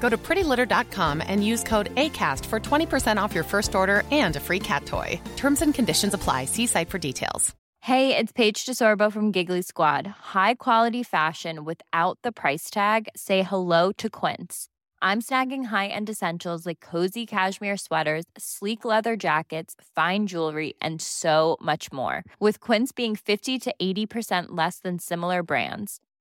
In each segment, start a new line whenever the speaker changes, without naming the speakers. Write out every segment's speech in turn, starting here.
Go to prettylitter.com and use code ACAST for 20% off your first order and a free cat toy. Terms and conditions apply. See site for details.
Hey, it's Paige DeSorbo from Giggly Squad. High quality fashion without the price tag. Say hello to Quince. I'm snagging high-end essentials like cozy cashmere sweaters, sleek leather jackets, fine jewelry, and so much more. With Quince being 50 to 80% less than similar brands.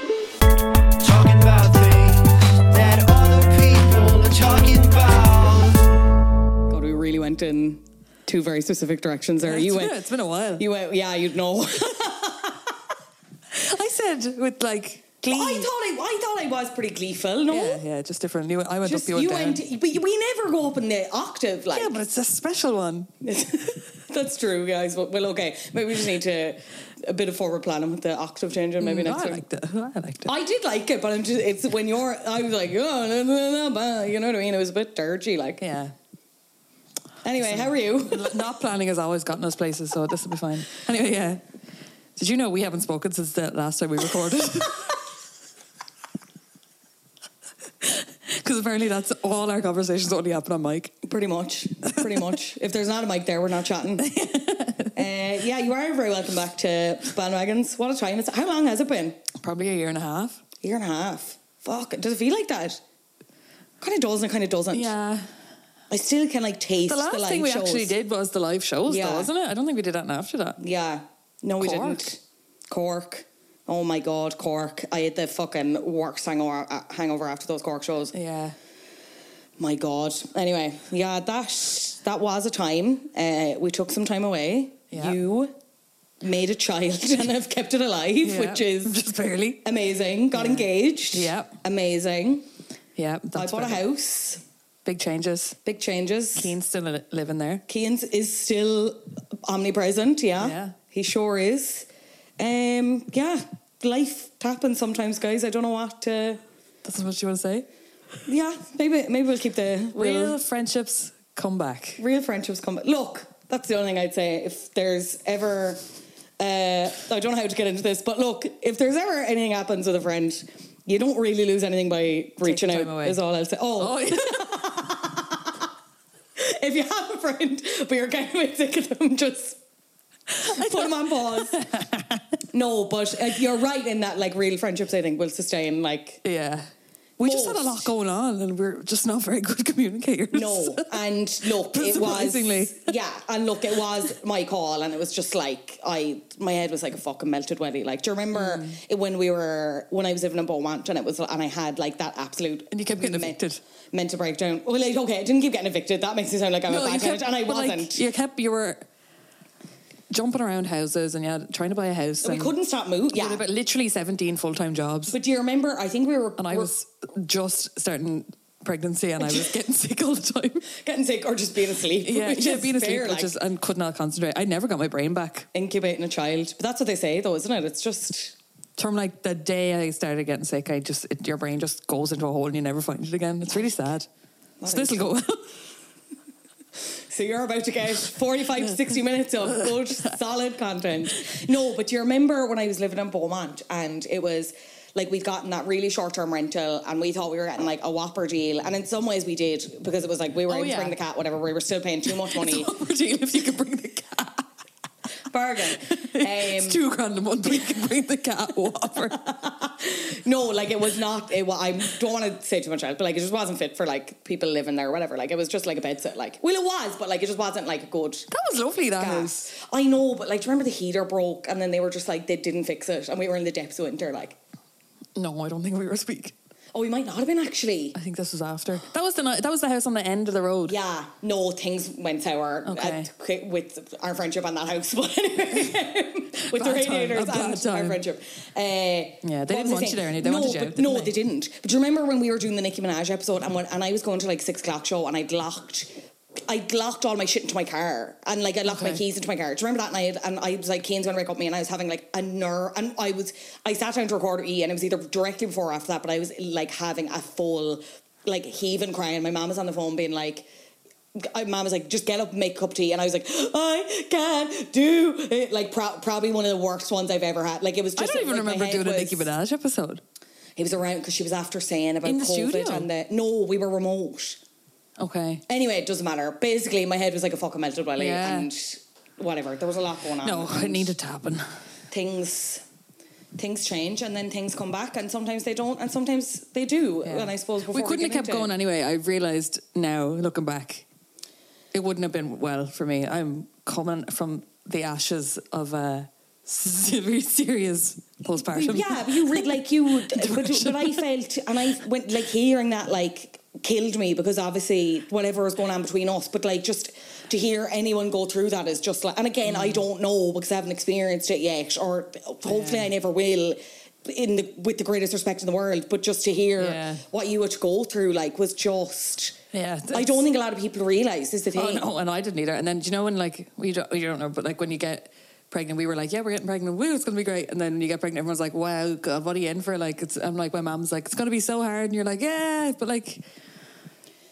Talking about things that other people are talking about.
God, we really went in two very specific directions there.
It's
you
been-
went,
it's been a while.
you went, yeah, you'd know.
I said with like glee.
I thought I, I thought I was pretty gleeful. No,
yeah, yeah, just different. You went, I went
oh. just
up, you went down.
went, but we never go up in the octave. Like,
yeah, but it's a special one.
that's true, guys. Well, well, okay, maybe we just need to a bit of forward planning with the octave change, and maybe
No,
next
Mm, I
time.
liked it. I liked it.
I did like it, but I'm just, it's when you're, I was like, oh, no, no, no, no, you know what I mean? It was a bit dirty, like.
yeah.
Anyway, how are you?
L- Not planning has always gotten us places, so this will be fine. Anyway, yeah. Did you know we haven't spoken since the last time we recorded? Because apparently that's all our conversations only happen on mic.
Pretty much. Pretty much. if there's not a mic there, we're not chatting. uh, yeah, you are very welcome back to Bandwagons. What a time. It's, how long has it been?
Probably a year and a half.
year and a half. Fuck. Does it feel like that? Kind of does and kind of doesn't.
Yeah.
I still can like taste
The
the,
last
live
thing we
shows.
actually did was the live shows,
Yeah.
though, wasn't it? I don't think we did that after that.
Yeah. No, we
Cork.
didn't. Cork. Oh my god, Cork! I had the fucking works hangover, uh, hangover after those Cork shows.
Yeah.
My god. Anyway, yeah, that that was a time. Uh, we took some time away.
Yeah.
You made a child and have kept it alive,
Yeah.
which is
just barely.
amazing. Got engaged.
Yeah.
Amazing.
Yeah,
I bought a
about it.
house.
Big changes.
Big changes.
Keen's still li- living there.
Keynes is still omnipresent, yeah.
Yeah.
He sure is. Um, yeah, life happens sometimes, guys. I don't know what to
That's what you want to say.
Yeah, maybe maybe we'll keep the
Real,
real
friendships come back.
real friendships come. Look, that's the only thing I'd say. If there's ever uh, I don't know how to get into this, but look, if there's ever anything happens with a friend, you don't really lose anything by reaching
your
out
time away.
is all I'll say. Oh, if you have a friend but you're kind of sick of them, just put them on pause. no, but uh, you're right in that like real friendships I think will sustain like
yeah. We just had a lot
Most.
going on and we're just not very good communicators.
no. And look, it was
Surprisingly.
yeah, and look, it was my call, and it was just like I my head was like a fucking melted welly. Like, do you remember
Mm.
it when we were when I was living in Beaumont and it was and I had like that absolute
And you kept getting
men-
evicted.
mental breakdown. Well, like okay, I didn't keep getting evicted. That makes me sound like I'm a
you
bad
kept,
parent, and I
but, like,
wasn't.
you kept, you were jumping around houses and you had, trying to buy a house.
we
and
couldn't stop moving.
You
Yeah,
had about literally 17 full time jobs.
But do you remember? I think we were
and I
were
was just starting pregnancy and I was getting sick all the time.
getting sick or just being asleep.
Yeah,
which
yeah
is
being asleep
fair,
which
like,
is, and could not concentrate. I never got my brain back.
incubating a child. But that's what they say, though, isn't it? It's just
From like the day I started getting sick, I just it, your brain just goes into a hole and you never find it again. It's really sad. So this will go well.
So you're about to get 45 to 60 minutes of good, solid content. No, but you remember when I was living in Beaumont and it was like we'd gotten that really short term rental and we thought we were getting like a whopper deal. And in some ways we did because it was like we were
Oh,
able
yeah.
to bring the cat, whatever, we were still paying too much money.
deal if you could bring the cat.
Bargain. Um,
it's two grand a month. We can bring the cat whopper.
No, like it was not. It, well, I don't want to say too much else, but like it just wasn't fit for like people living there or whatever. Like it was just like a bed set. Like well, it was, but like it just wasn't like good.
That was lovely. That house.
gas. I know, but like, do you remember the heater broke and then they were just like they didn't fix it, and we were in the depths of winter. Like,
No, I don't think we were speaking.
oh, we might not have been actually.
I think this was after. That was the night. That was the house on the end of the road.
Yeah, no, things went sour
Okay.
at- qu- with our friendship and that house. But anyway, with the radiators
Bad time, a bad
and our
time.
friendship. Uh, yeah,
they didn't want you there, and they
no,
wanted you
but,
out, didn't
no,
they?
they? didn't. But do you remember when we were doing the Nicki Minaj episode and when, and I was going to like six o'clock show and I'd locked. I locked all my shit into my car and like I locked my
Okay.
keys into my car. Do you remember that night? And I was like, Kane's gonna wake up me, and I was having like a nerve. And I was, I sat down to record E, and it was either directly before or after that, but I was like having a full, like heaving crying. My mom was on the phone being like, I- Mom was like, just get up, and make a cup of tea, and I was like, I can't do it. Like pro- probably one of the worst ones I've ever had. Like it was.
I
just
don't even
like, my
remember
head
doing a
was-
Nicki Minaj episode.
He was around because she was after saying about
In the
COVID
studio?
and the no, we were remote.
Okay.
Anyway, it doesn't matter. Basically, my head was like a fucking melted belly
Yeah.
and whatever. There was a lot going on.
No, it
and
needed to happen.
things. Things change and then things come back, and sometimes they don't, and sometimes they do.
Yeah.
And I suppose before
we couldn't have
get
kept
into it-
going anyway. I realized now, looking back, it wouldn't have been well for me. I'm coming from the ashes of a very serious postpartum.
Yeah, but you re- like you, but,
Depression.
but I felt, and I went like hearing that like killed me because obviously whatever was going on between us, but like just to hear anyone go through that is just like, and again,
Mm.
I don't know because I haven't experienced it yet, or hopefully I never will. In the with the greatest respect in the world, but just to hear
Yeah.
what you had to go through, like, was just.
Yeah,
I
it's-
don't think a lot of people realise is the thing.
Oh no, and I didn't either. And then do you know when like we don't you don't know, but like when you get pregnant, we were like, yeah, we're getting pregnant. Woo, it's gonna be great. And then when you get pregnant, everyone's like, wow, God, what are you in for? Like, it's I'm like, my mom's like, it's gonna be so hard, and you're like, yeah, but like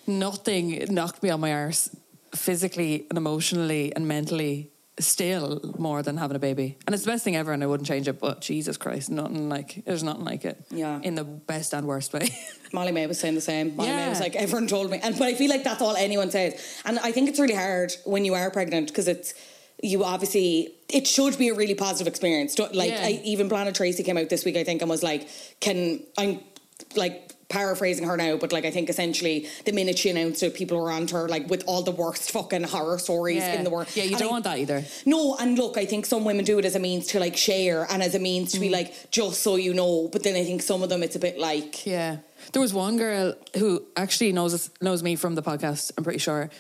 nothing knocked me on my arse physically and emotionally and mentally still more than having a baby and it's the best thing ever and i wouldn't change it but jesus christ nothing like there's nothing like it
Yeah.
in the best and worst way
Molly May was saying the same. Molly May was
Yeah.
like, everyone told me, and but I feel like that's all anyone says. And I think it's really hard when you are pregnant because it's you obviously it should be a really positive experience. Don't- Like
Yeah.
I, even Planet Tracy came out this week, I think, and was like, "Can I'm like." Paraphrasing her now, but like I think essentially the minute she announced it, people were on to her like with all the worst fucking horror stories
Yeah.
in the world.
Yeah, you
And
don't
I-
want that either.
No, and look, I think some women do it as a means to like share and as a means to
Mm.
be like just so you know. But then I think some of them it's a bit like
Yeah. There was one girl who actually knows us, knows me from the podcast, I'm pretty sure.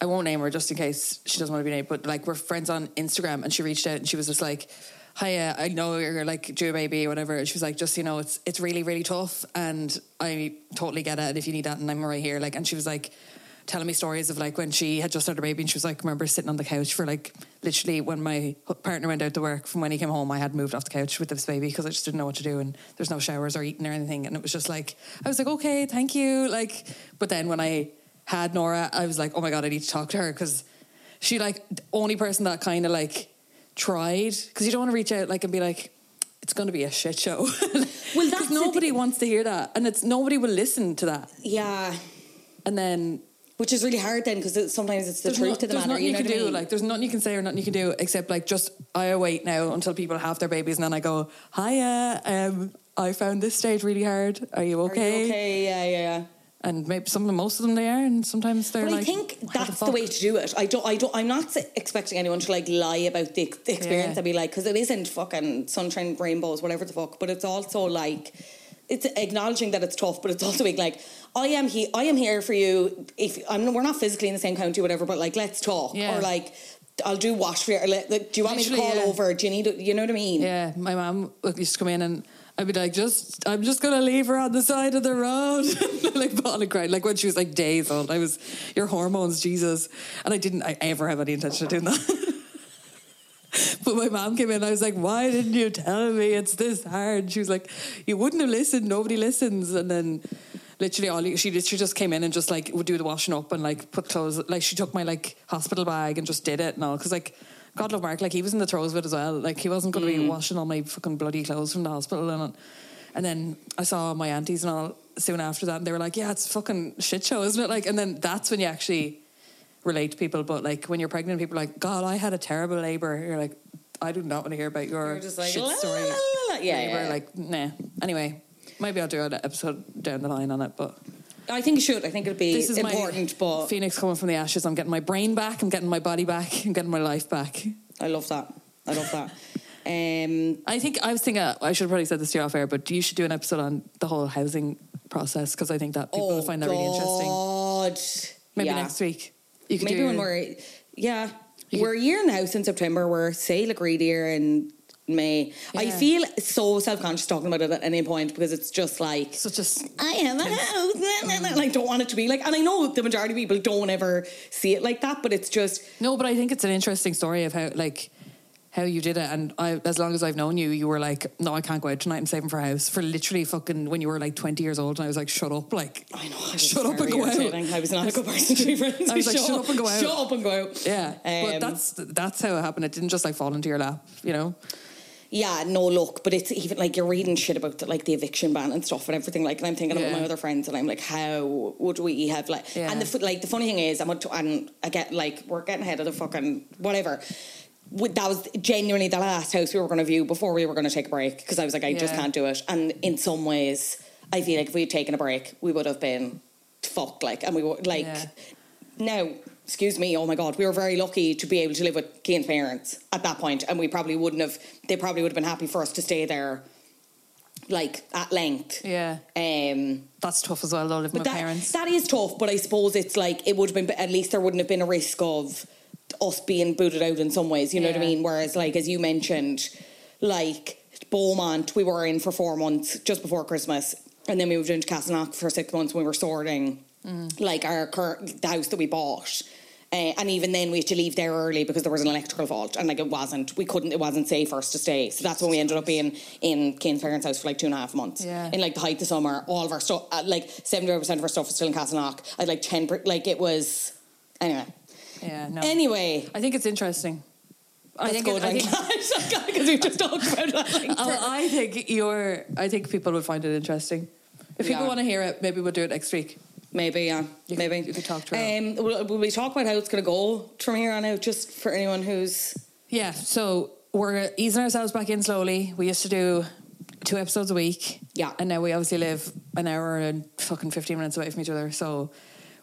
I won't name her just in case she doesn't want to be named, but like we're friends on Instagram and she reached out and she was just like, Hi, uh, I know you're like due a baby or whatever. And she was like, just you know, it's it's really, really tough and I totally get it. And if you need that and I'm right here. Like and she was like telling me stories of like when she had just had her baby and she was like, remember sitting on the couch for like literally when my hu- partner went out to work from when he came home, I had moved off the couch with this baby because I just didn't know what to do and there's no showers or eating or anything. And it was just like, I was like, okay, thank you. Like, but then when I had Nora, I was like, oh my God, I need to talk to her because she like the only person that kind of like tried because you don't want to reach out like and be like, it's going to be a shit show. well,
that's the
nobody
thing.
wants to hear that, and it's nobody will listen to that.
yeah.
And then
Which is really hard then because it, sometimes it's the
There's
truth
not-
of the
there's
matter.
nothing
You
you
know
can
what I
do.
mean?
Like, there's nothing you can say or nothing you can do except like just I wait now until people have their babies and then I go, "Hiya, um, I found this stage really hard. Are you
Are you
okay?"
okay, yeah, yeah. yeah.
And maybe some of them, most of them they are, and sometimes they're
But
like,
I think
"What
that's the,
fuck?"
way to do it. I don't. I don't. I'm not s- expecting anyone to like lie about the, ex- the experience.
Yeah.
I'd be like, because it isn't fucking sunshine, rainbows, whatever the fuck. But it's also like, it's acknowledging that it's tough, but it's also being like, I am he. I am here for you. If I'm, we're not physically in the same county, whatever. But like, let's talk.
Yeah.
Or like, I'll do wash for you. Or like, do you want me
Literally,
to call
yeah.
over? Do you need? You know what I mean?
Yeah, my mom would used to come in and I'd be like, just I'm just gonna leave her on the side of the road, like bawling cried. Like when she was like days old, I was your hormones, Jesus, and I didn't I ever have any intention of doing that. But my mom came in. I was like, "Why didn't you tell me it's this hard?" She was like, "You wouldn't have listened. Nobody listens." And then literally all you- she literally just came in and just like would do the washing up and like put clothes like she took my like hospital bag and just did it and all because like God love Mark like he was in the throes of it as well like he wasn't going to be washing all my fucking bloody clothes from the hospital and and then I saw my aunties and all soon after that and they were like yeah it's fucking shit show isn't it like and then that's when you actually relate to people but like when you're pregnant people are like God I had a terrible labor you're like I do not want to hear about your
You're just like,
shit
"La, la,
story
la, la, la." Yeah,
labor
yeah, yeah.
like nah anyway maybe I'll do an episode down the line on it but
I think you should. I think it'd be
this is
important,
my
but
Phoenix coming from the ashes. I'm getting my brain back. I'm getting my body back. I'm getting my life back.
I love that. I love that. Um,
I think I was thinking uh, I should have probably said this to you off air, but you should do an episode on the whole housing process because I think that people
Oh,
will find that really interesting.
interesting.
Maybe next week. You could
Maybe
do
when
your-
we're yeah, we're a year now since September. We're say like read year in May. I
Yeah.
feel so self conscious talking about it at any point because it's just like
such a s-
I have a house. blah, blah, blah. Like don't want it to be like, and I know the majority of people don't ever see it like that, but it's just
no, but I think it's an interesting story of how like how you did it. And I, as long as I've known you, you were like, no, I can't go out tonight. I'm saving for a house for literally fucking when you were like 20 years old. And I was like, shut up, like
I know. I was
shut up
very
and go out.
irritating. I was not a good person to be friends.
I was
with.
like, "Shut up and go out."
Shut up and go out.
Yeah,
Um,
but that's that's how it happened. It didn't just like fall into your lap, you know.
yeah, no look, but it's even like you're reading shit about the, like the eviction ban and stuff and everything like, and I'm thinking
Yeah.
about my other friends and I'm like, how would we have like?
Yeah.
And the f- like the funny thing is, I'm not- and I get like we're getting ahead of the fucking whatever. With- That was genuinely the last house we were going to view before we were going to take a break because I was like, I just
Yeah.
can't do it. And in some ways, I feel like if we had taken a break, we would have been fucked. Like, and we would like
Yeah.
now, excuse me, oh my God, we were very lucky to be able to live with Kane's parents at that point, and we probably wouldn't have, they probably would have been happy for us to stay there, like at length.
Yeah.
Um,
That's tough as well, though, living
but
with
that,
parents.
that is tough, but I suppose it's like, it would have been, at least there wouldn't have been a risk of us being booted out in some ways, you know what I
Yeah.
mean? Whereas, like, as you mentioned, like Beaumont, we were in for four months just before Christmas, and then we moved into Castleknock for six months when we were sorting
Mm.
like our cur- the house that we bought. Uh, and even then, we had to leave there early because there was an electrical fault, and like it wasn't, we couldn't, it wasn't safe for us to stay. So that's when we ended up being in Kane's parents' house for like two and a half months.
Yeah.
In like the height of summer, all of our stuff, uh, like seventy percent of our stuff was still in Castleknock. I had like ten, per- like it was. Anyway,
yeah. No.
anyway,
I think it's interesting. I
Let's
think.
go
It, I think.
think because we just talked about it. Uh, Like,
Oh, I think you're. I think people would find it interesting. If people
Yeah.
want to hear it, maybe we'll do it next week.
maybe, yeah,
You
maybe
could- you could talk to her.
Um, will, will we talk about how it's going to go from here on out? Just for anyone who's
Yeah. So we're easing ourselves back in slowly. We used to do two episodes a week.
Yeah.
And now we obviously live an hour and fucking 15 minutes away from each other. So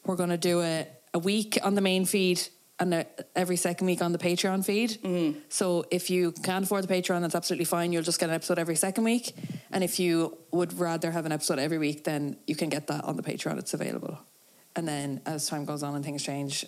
we're going to do a, a week on the main feed and a, every second week on the Patreon feed.
Mm-hmm.
So if you can't afford the Patreon, that's absolutely fine. You'll just get an episode every second week. And if you would rather have an episode every week, then you can get that on the Patreon. It's available. And then as time goes on and things change,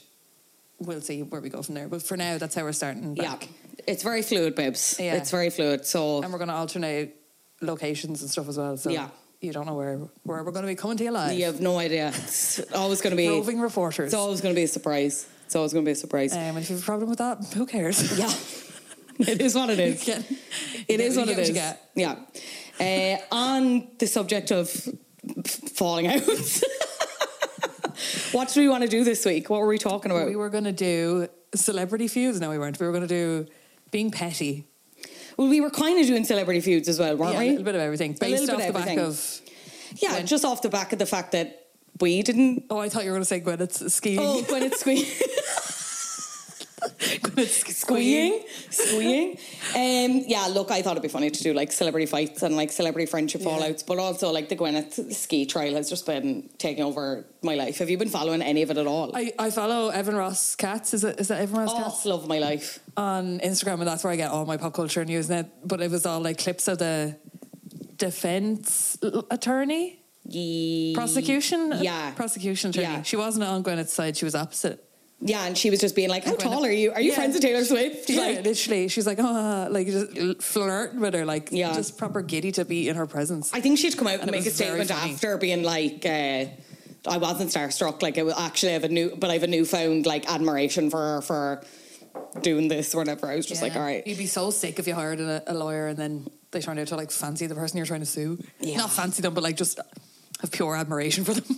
we'll see where we go from there. But for now, that's how we're starting. Back.
yeah, it's very fluid, babes.
Yeah.
It's very fluid. So
and we're going to alternate locations and stuff as well. So
Yeah.
you don't know where where we're going to be coming to you live.
you have no idea. It's always going to be
Roving reporters.
It's always going to be a surprise. It's always going to be a surprise.
Um, if you have a problem with that, who cares?
yeah, it is what it is.
Get-
It
you
is
get-
what
you
it
get
is.
what
Yeah. Uh, on the subject of f- falling out, what do we want to do this week? What were we talking about?
We were going to do celebrity feuds. No, we weren't. We were going to do being petty.
well, we were kind of doing celebrity feuds as well, weren't
Yeah,
we?
a little bit of everything. Based
little
off
bit
the
of
back
everything.
of.
yeah,
when-
just off the back of the fact that we didn't.
Oh, I thought you were going to say Gwyneth's skiing.
Oh, when it's squeaking.
Gwyneth's
squeeing, squeeing. Um, yeah, look, I thought it'd be funny to do like celebrity fights and like celebrity friendship fallouts, but also like the Gwyneth ski trial has just been taking over my life. Have you been following any of it at all?
I, I follow Evan Ross Katz. Is it is that Evan Ross
oh,
Katz
love my life.
on Instagram? And that's where I get all my pop culture news. Now, but it was all like clips of the defense l- attorney.
Ye-
prosecution
Yeah.
prosecution attorney.
Yeah.
she wasn't on gwyneth's side she was opposite
Yeah, and she was just being like, "How
Gwyneth-
tall are you? Are you
Yeah.
friends with Taylor Swift?"
yeah,
Like,
literally she's like oh like just l- flirting with her like
Yeah.
just proper giddy to be in her presence
I think she'd come out and,
And it
make a
was very
statement
funny.
after being like, uh, "I wasn't starstruck. Like, I wa- actually have a new, but I have a newfound like admiration for her for doing this or whatever." I was just like,
Yeah.
"All right,
you'd be so sick if you hired a, a lawyer and then they turned out to like fancy the person you're trying to sue not fancy them but like just have pure admiration for them.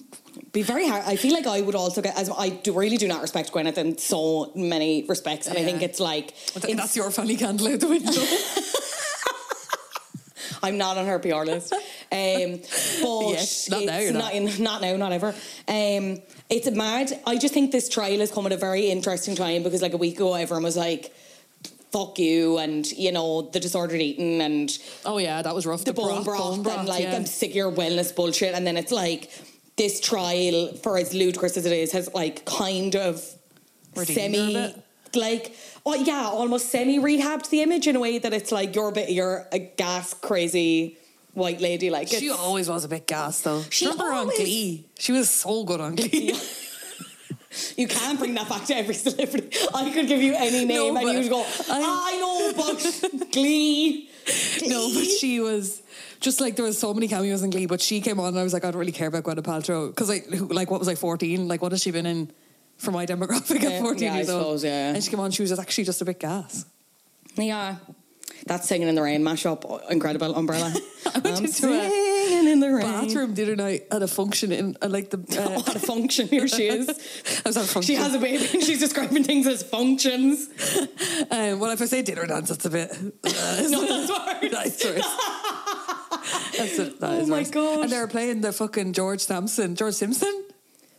be very hard. I feel like I would also get as I do really do not respect Gwyneth in so many respects, and I
Yeah.
think it's like
And that's your funny candle out the window.
I'm not on her PR list. Um, but
Yes, not now,
it's
you're
not, in, not now, not ever. Um, it's mad. I just think this trial has come at a very interesting time because like a week ago, everyone was like, "Fuck you," and you know the disordered eating and
oh yeah, that was rough.
the bone broth, and like
yeah.
I'm sick of your wellness bullshit. And then it's like this trial, for as ludicrous as it is, has like kind of
Redeemed her a
semi
bit.
like oh yeah, almost semi rehabbed the image in a way that it's like you're a bit you're a gas crazy white lady like
She
it's-
always was a bit gas though.
She
Remember her
always-
on Glee? She was so good on Glee.
you can't bring that back to every celebrity. I could give you any
No,
name
but
and you'd go, I,
I-
know, but Glee.
no, but she was just like there was so many cameos in Glee, but she came on and I was like, I don't really care about Gwyneth Paltrow because I who- like what was I fourteen? Like what has she been in for my demographic
Yeah,
at fourteen
yeah, I
years
suppose,
old?
yeah.
And she came on, she was just actually just a bit gas.
Yeah. That's singing in the rain mashup, incredible umbrella.
I went
I'm
into a
singing in the rain.
bathroom the other night at a function in at like the. Uh,
what a function here she is.
I was at a function.
She has a baby and she's describing things as functions.
Um, well, if I say dinner dance, that's a bit.
No, that's worse.
That's worse. That's a, that
Oh
is
my
worse.
gosh.
And they were playing the fucking George Sampson, George Simpson,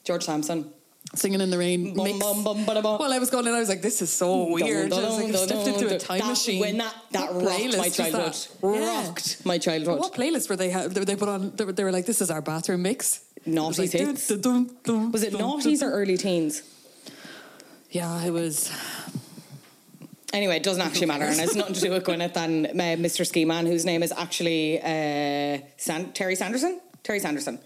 George Sampson.
singing in the rain.
Bum,
mix.
bum, bum, bada, bum.
Well, I was going in, I was like, this is so weird.
Dun,
I
dun,
was like, I've
dun,
stepped
dun,
into a
dun.
time
that,
machine.
When that, that rocked
What
my
playlist was
childhood.
that? Yeah.
Rocked my childhood.
What playlist were they? Ha- they they put on. They were, they were like, "This is our bathroom mix."
Naughty
It was like,
hits.
dun, dun, dun, dun,
Was it
dun, dun,
noughties
dun.
or early teens?
Yeah, it was.
Anyway, it doesn't actually matter, and it's nothing to do with Gwyneth and uh, Mr. Ski Man, whose name is actually uh, San- Terry Sanderson. Terry Sanderson.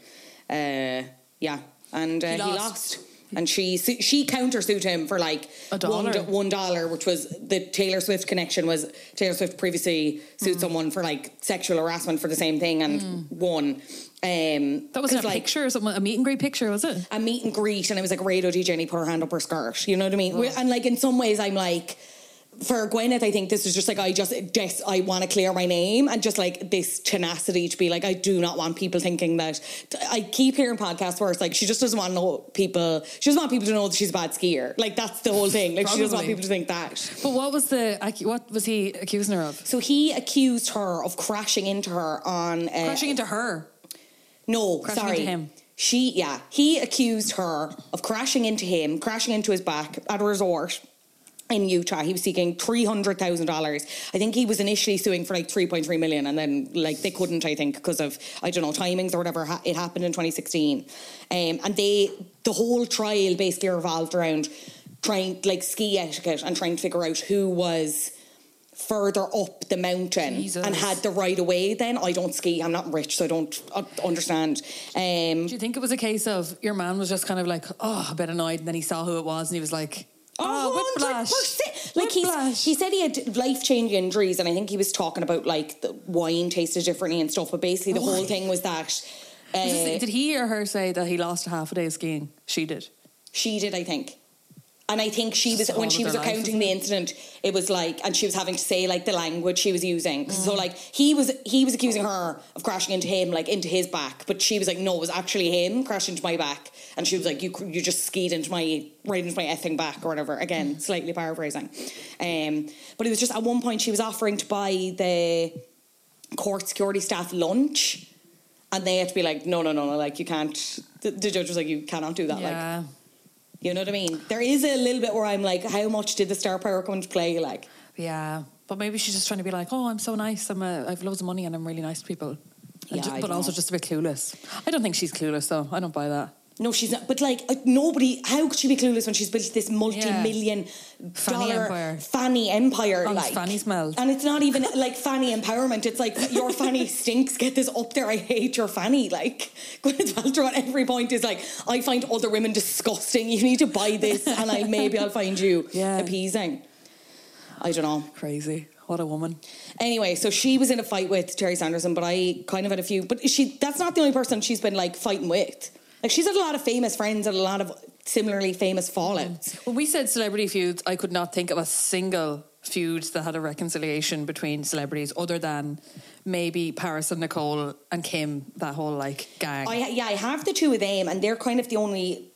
Uh, yeah, and uh, he, lost.
lost.
And she su- she countersued him for like one
A dollar.
do- one dollar, which was the Taylor Swift connection. Was Taylor Swift previously sued
Mm.
someone for like sexual harassment for the same thing and won? Um,
That was
'cause,
a picture or something. A meet and greet picture, was it?
a meet and greet, and it was like a radio DJ, and he put her hand up her skirt. You know what I mean? And like in some ways, I'm like, for Gwyneth, I think this is just like I just just I want to clear my name and just like this tenacity to be like I do not want people thinking that I keep hearing podcasts where it's like she just doesn't want to know people. She doesn't want people to know that she's a bad skier. Like that's the whole thing. Like she doesn't want
Probably.
people to think that.
But what was the? ac- What was he accusing her of?
So he accused her of crashing into her on uh,
Crashing into her.
No,
Crashing
sorry.
into him.
She, yeah, he accused her of crashing into him, crashing into his back at a resort in Utah. He was seeking three hundred thousand dollars. I think he was initially suing for like three point three million, and then like they couldn't, I think, because of I don't know timings or whatever. Ha- It happened in twenty sixteen, um, and they the whole trial basically revolved around trying like ski etiquette and trying to figure out who was further up the mountain
Jesus.
and had the right of way then I don't ski I'm not rich so I don't uh, understand um
Do you think it was a case of your man was just kind of like, oh, a bit annoyed, and then he saw who it was, and he was like, oh, whiplash.
Like he's,
Whiplash.
he said he had life changing injuries, and I think he was talking about like the wine tasted differently and stuff. But basically, the whole thing was that uh,
Was this- did he or her say that he lost a half a day of skiing? She did.
she did, I think. And I think she was
Just
when
all
she
of
was
their life,
recounting the incident, it was like, and she was having to say like the language she was using. So like he was he was accusing her of crashing into him, like into his back, but she was like, no, it was actually him crashing into my back, and she was like, you cr- you just skied into my right into my effing back or whatever. Again, slightly paraphrasing, um, but it was just at one point she was offering to buy the court security staff lunch. And they had to be like, no, no, no, no, like you can't. The, the judge was like, you cannot do that. Like,
Yeah.
you know what I mean? There is a little bit where I'm like, how much did the star power come into play? Like,
yeah. But maybe she's just trying to be like, oh, I'm so nice. I'm a, I've loads of money and I'm really nice to people. And
Yeah,
ju-
I
but
don't
also
know.
just a bit clueless. I don't think she's clueless though. I don't buy that.
no, she's not. But like, uh, nobody. How could she be clueless when she's built this multi-million
Fanny
dollar
empire.
fanny empire?
Oh, it's
like
fanny smells.
And it's not even like fanny empowerment. It's like your fanny stinks. Get this up there. I hate your fanny. Like Gwyneth Paltrow at every point is like, I find other women disgusting. You need to buy this, and I maybe I'll find you
Yeah.
appeasing. I don't know.
Crazy. What a woman.
Anyway, so she was in a fight with Terry Sanderson, but I kind of had a few. But she that's not the only person she's been like fighting with. Like she's had a lot of famous friends and a lot of similarly famous fallouts.
Mm. When we said celebrity feuds, I could not think of a single feuds that had a reconciliation between celebrities other than maybe Paris and Nicole and Kim, that whole like gang.
I yeah, I have the two of them, and they're kind of the only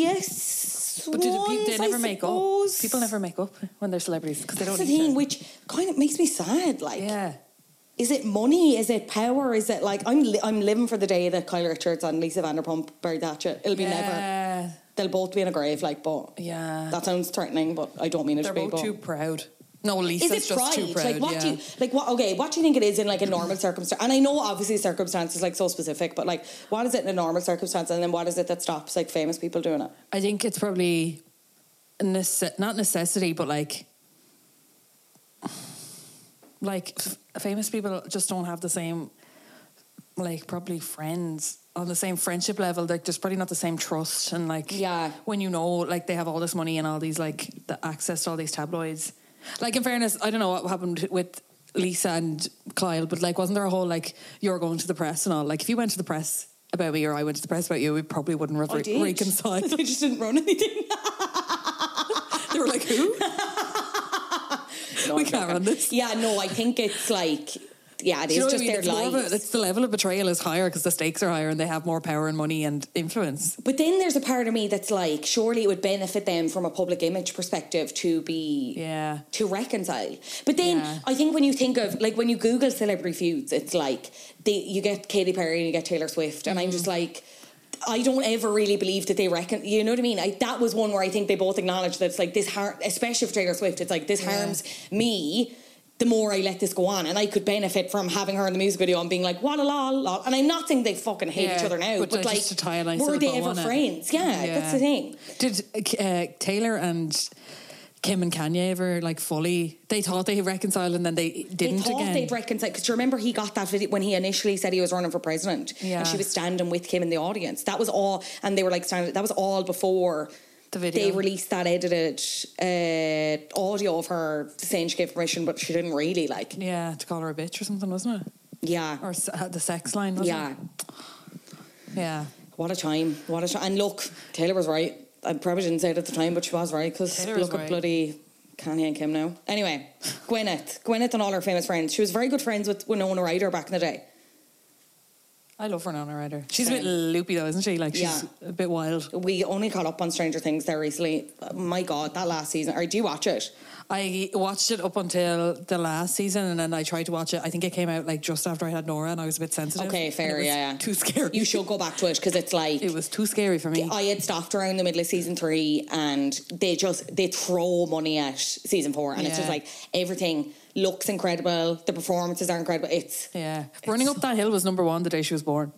obvious.
but do the people, they
ones, I
never make
suppose.
up. People never make up when they're celebrities because they
That's
don't
the
need
thing,
to.
which kind of makes me sad. Like,
yeah.
is it money? Is it power? Is it like I'm? Li- I'm living for the day that Kyle Richards and Lisa Vanderpump buried that shit. It'll be never.
Yeah.
They'll both be in a grave. Like, but
Yeah.
that sounds threatening. But I don't mean it
They're
to be.
both
but-
too proud. No,
is
Lisa's
it
just
pride?
too proud.
like what
yeah.
do you like? What okay? What do you think it is in like a normal circumstance? And I know obviously circumstance is like so specific, but like what is it in a normal circumstance? And then what is it that stops like famous people doing it?
I think it's probably a nece- not necessity, but like like f- famous people just don't have the same like probably friends on the same friendship level. Like there's probably not the same trust and like
Yeah.
when you know like they have all this money and all these like the access to all these tabloids. Like in fairness, I don't know what happened with Lisa and Kyle, but like wasn't there a whole like you're going to the press and all? Like if you went to the press about me or I went to the press about you, we probably wouldn't re-
I did.
reconcile.
I just didn't run anything.
They were like, who?
No,
we
I'm
can't
joking.
run this.
Yeah, no, I think it's like yeah, it
Do
is
you know what I
just
mean?
their
it's, more of a-
lives.
it's the level of betrayal is higher because the stakes are higher and they have more power and money and influence.
But then there's a part of me that's like, surely it would benefit them from a public image perspective to be
Yeah.
to reconcile. But then
Yeah.
I think when you think of like when you Google celebrity feuds, it's like they you get Katy Perry and you get Taylor Swift, and I'm just
Mm.
like. I don't ever really believe that they reckon. You know what I mean? I, that was one where I think they both acknowledged that it's like this harm, especially for Taylor Swift. It's like this harms me. The more I let this go on, and I could benefit from having her in the music video and being like, "What a la la." And I'm not saying they fucking hate each
Yeah,
other now,
but
but,
just
like,
to tie a nice
were
little
they
bow
ever
on it.
friends? Yeah, that's the thing.
Did uh, Taylor and Kim and Kanye ever like fully? They thought they reconciled and then they didn't
they thought
again.
they'd reconcile because you remember he got that video when he initially said he was running for president
Yeah.
and she was standing with him in the audience that was all and they were like standing that was all before
The video.
they released that edited uh, audio of her saying she gave permission but she didn't really like
yeah, to call her a bitch or something, wasn't it?
yeah
Or s- had the sex line, wasn't
yeah
it? Yeah.
what a time what a time and look Taylor was right I probably didn't say it at the time but she was right because
Taylor was
look at
right.
bloody Kanye and Kim now anyway Gwyneth Gwyneth and all her famous friends she was very good friends with Winona Ryder back in the day
I love Renona Ryder. She's a bit
Same.
loopy though, isn't she? Like she's
Yeah.
a bit wild.
We only caught up on Stranger Things there recently. My God, that last season. Or do you watch it?
I watched it up until the last season, and then I tried to watch it. I think it came out like just after I had Nora, and I was a bit sensitive.
Okay,
and
fair.
it was
yeah, yeah.
Too scary.
You should go back to it because it's like
It was too scary for me.
I had stopped around the middle of season three, and they just they throw money at season four, and it's just
Yeah.
like everything looks incredible. The performances are incredible. It's
yeah, running up that hill was number one the day she was born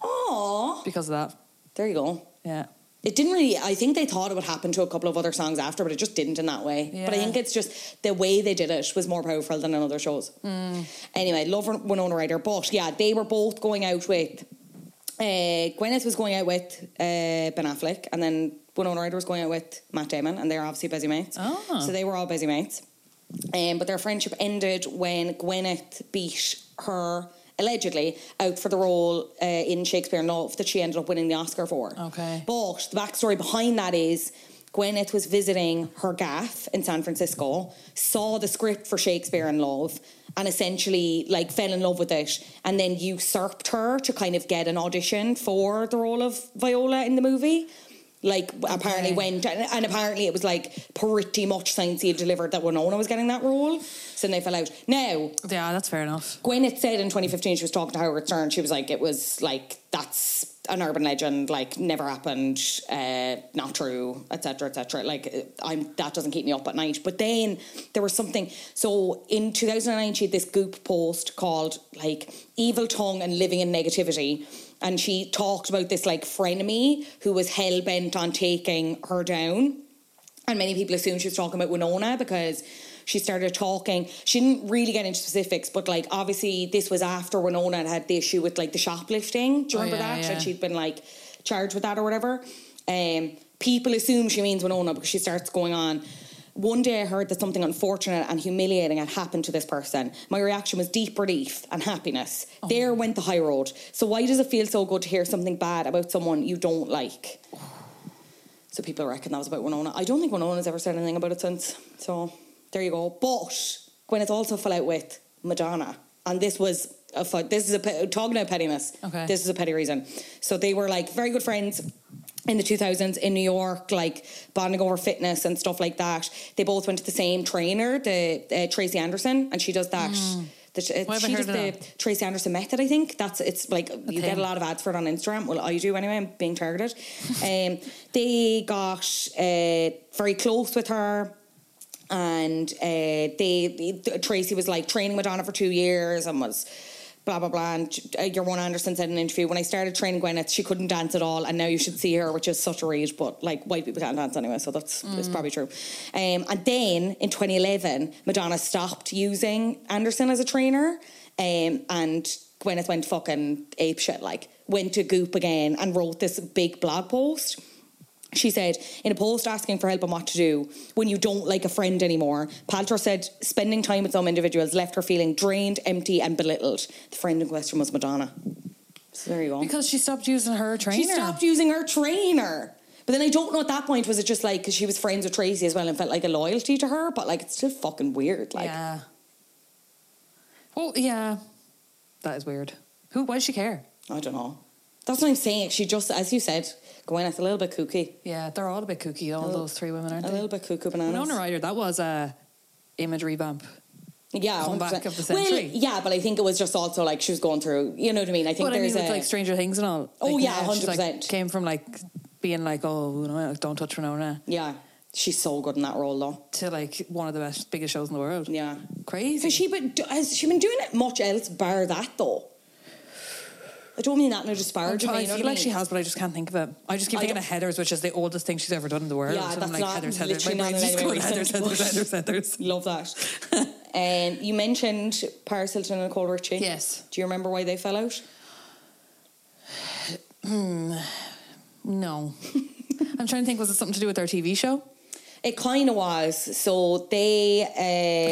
oh,
because of that.
there you go.
Yeah,
It didn't really. I think they thought it would happen to a couple of other songs after, but it just didn't in that way. But I
Yeah.
think it's just the way they did it was more powerful than in other shows.
Mm.
Anyway, love Winona Ryder, but yeah, they were both going out with. Uh, Gwyneth was going out with uh, Ben Affleck, and then Winona Ryder was going out with Matt Damon, and they're obviously busy mates.
Oh.
So they were all busy mates. Um, but their friendship ended when Gwyneth beat her allegedly out for the role uh, in Shakespeare in Love that she ended up winning the Oscar for.
Okay.
But the backstory behind that is Gwyneth was visiting her gaff in San Francisco, saw the script for Shakespeare in Love, and essentially like fell in love with it, and then usurped her to kind of get an audition for the role of Viola in the movie. Like apparently went and, and apparently it was like pretty much signs he had delivered that Winona was getting that role. So then they fell out. Now
yeah, that's fair enough.
Gwyneth said in 2015 she was talking to Howard Stern. She was like, it was like that's an urban legend, like never happened, uh, not true, etc., etc. Like uh, I'm that doesn't keep me up at night. But then there was something. So in 2009, she had this Goop post called like "Evil Tongue and Living in Negativity." And she talked about this like frenemy who was hell bent on taking her down. And many people assume she was talking about Winona because she started talking. She didn't really get into specifics, but like obviously this was after Winona had had the issue with like the shoplifting. Do you
Oh,
remember
yeah,
that?
yeah.
And she'd been like charged with that or whatever. Um, people assume she means Winona because she starts going on. One day I heard that something unfortunate and humiliating had happened to this person. My reaction was deep relief and happiness.
Oh.
There went the high road. So why does it feel so good to hear something bad about someone you don't like? So people reckon that was about Winona. I don't think Winona's ever said anything about it since. So There you go. But Gwyneth also fell out with Madonna, and this was a fu- this is a pe- talking about pettiness.
Okay.
this is a petty reason. So they were like very good friends in the 2000s in New York, like bonding over fitness and stuff like that. They both went to the same trainer, the uh, Tracy Anderson, and she does that. The, she
Why Hmm. have I
does
heard of
the
that?
Tracy Anderson method, I think. That's it's like you get
thing.
a lot of ads for it on Instagram. Well, I do anyway. I'm being targeted. um, they got uh, very close with her and uh, they, they- Tracy was like training Madonna for two years and was blah blah blah. And uh, your one Anderson said in an interview when I started training Gwyneth, she couldn't dance at all, and now you should see her, which is such a rage. But like white people can't dance anyway, so that's it's probably true. Um, and then in 2011, Madonna stopped using Anderson as a trainer, um, and Gwyneth went fucking ape shit, like went to Goop again and wrote this big blog post. She said in a post asking for help on what to do when you don't like a friend anymore. Paltrow said spending time with some individuals left her feeling drained, empty, and belittled. The friend in question was Madonna. So there you go.
Because she stopped using her trainer.
she stopped using her trainer. But then I don't know at that point was it just like because she was friends with Tracy as well and felt like a loyalty to her, but like it's still fucking weird. Like
yeah. Well, yeah. That is weird. Who? Why does she care?
I don't know. That's what I'm saying. She just, as you said, Gwyneth a little bit kooky,
Yeah, they're all a bit kooky. All those three women, aren't
a
they?
little bit cuckoo bananas.
Winona Ryder. That was a image revamp.
Yeah,
comeback
100%.
of the
Well,
century.
yeah, but I think it was just also like she was going through. You know what I mean? I think
But I mean,
there's
with
a
like Stranger Things and all.
Oh,
like,
yeah,
now she's, like,
100%.
Came from like being like, oh, Winona, don't touch Winona,
yeah. She's so good in that role though.
to like one of the best, biggest shows in the world.
Yeah,
crazy.
Has she been do- has she been doing it much else bar that though? I don't mean that in a
I'm
disparaging
try-
way.
I
you know
feel
what
like she
mean?
has, but I just can't think of it. I just keep
I
thinking
don't-
of Heather's, which is the oldest thing she's ever done in the world.
Yeah,
and
that's
I'm like
not-
Heather's, Heather's. My
literally not
brain's
in
just
any way
going Heather's,
recent,
Heather's, Heather's, Heather's.
Love that. um, you mentioned Paris Hilton and Nicole Richie.
Yes.
Do you remember why they fell out?
No. I'm trying to think, was it something to do with our TV show?
It kind of was. So they. Uh,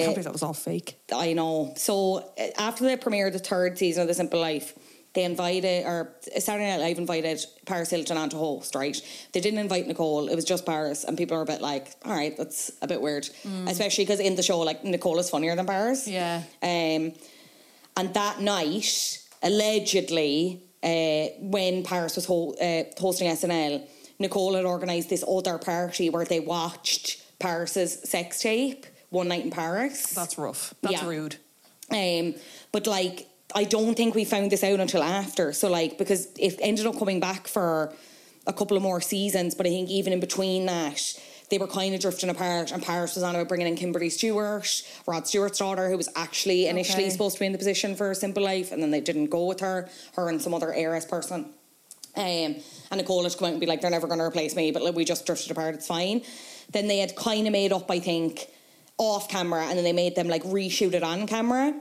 I can't believe that was all fake.
I know. So uh, after the premiere of the third season of The Simple Life, they invited, or uh, Saturday Night Live invited Paris Hilton on to host, right? They didn't invite Nicole. It was just Paris, and people are a bit like, all right, that's a bit weird, especially because in the show, like Nicole is funnier than Paris.
Yeah.
Um, and that night, allegedly, uh, when Paris was ho- uh, hosting SNL, Nicole had organised this other party where they watched Paris's sex tape one night in Paris.
That's rough. That's
Yeah.
rude.
Um, but like, I don't think we found this out until after. So like, because it ended up coming back for a couple of more seasons. But I think even in between that, they were kind of drifting apart. And Paris was on about bringing in Kimberly Stewart, Rod Stewart's daughter, who was actually initially
Okay.
supposed to be in the position for Simple Life, and then they didn't go with her. Her and some other heiress person. Um, and Nicole had come out and be like, they're never going to replace me, but like, we just drifted apart, it's fine. Then they had kind of made up, I think, off camera, and then they made them like reshoot it on camera.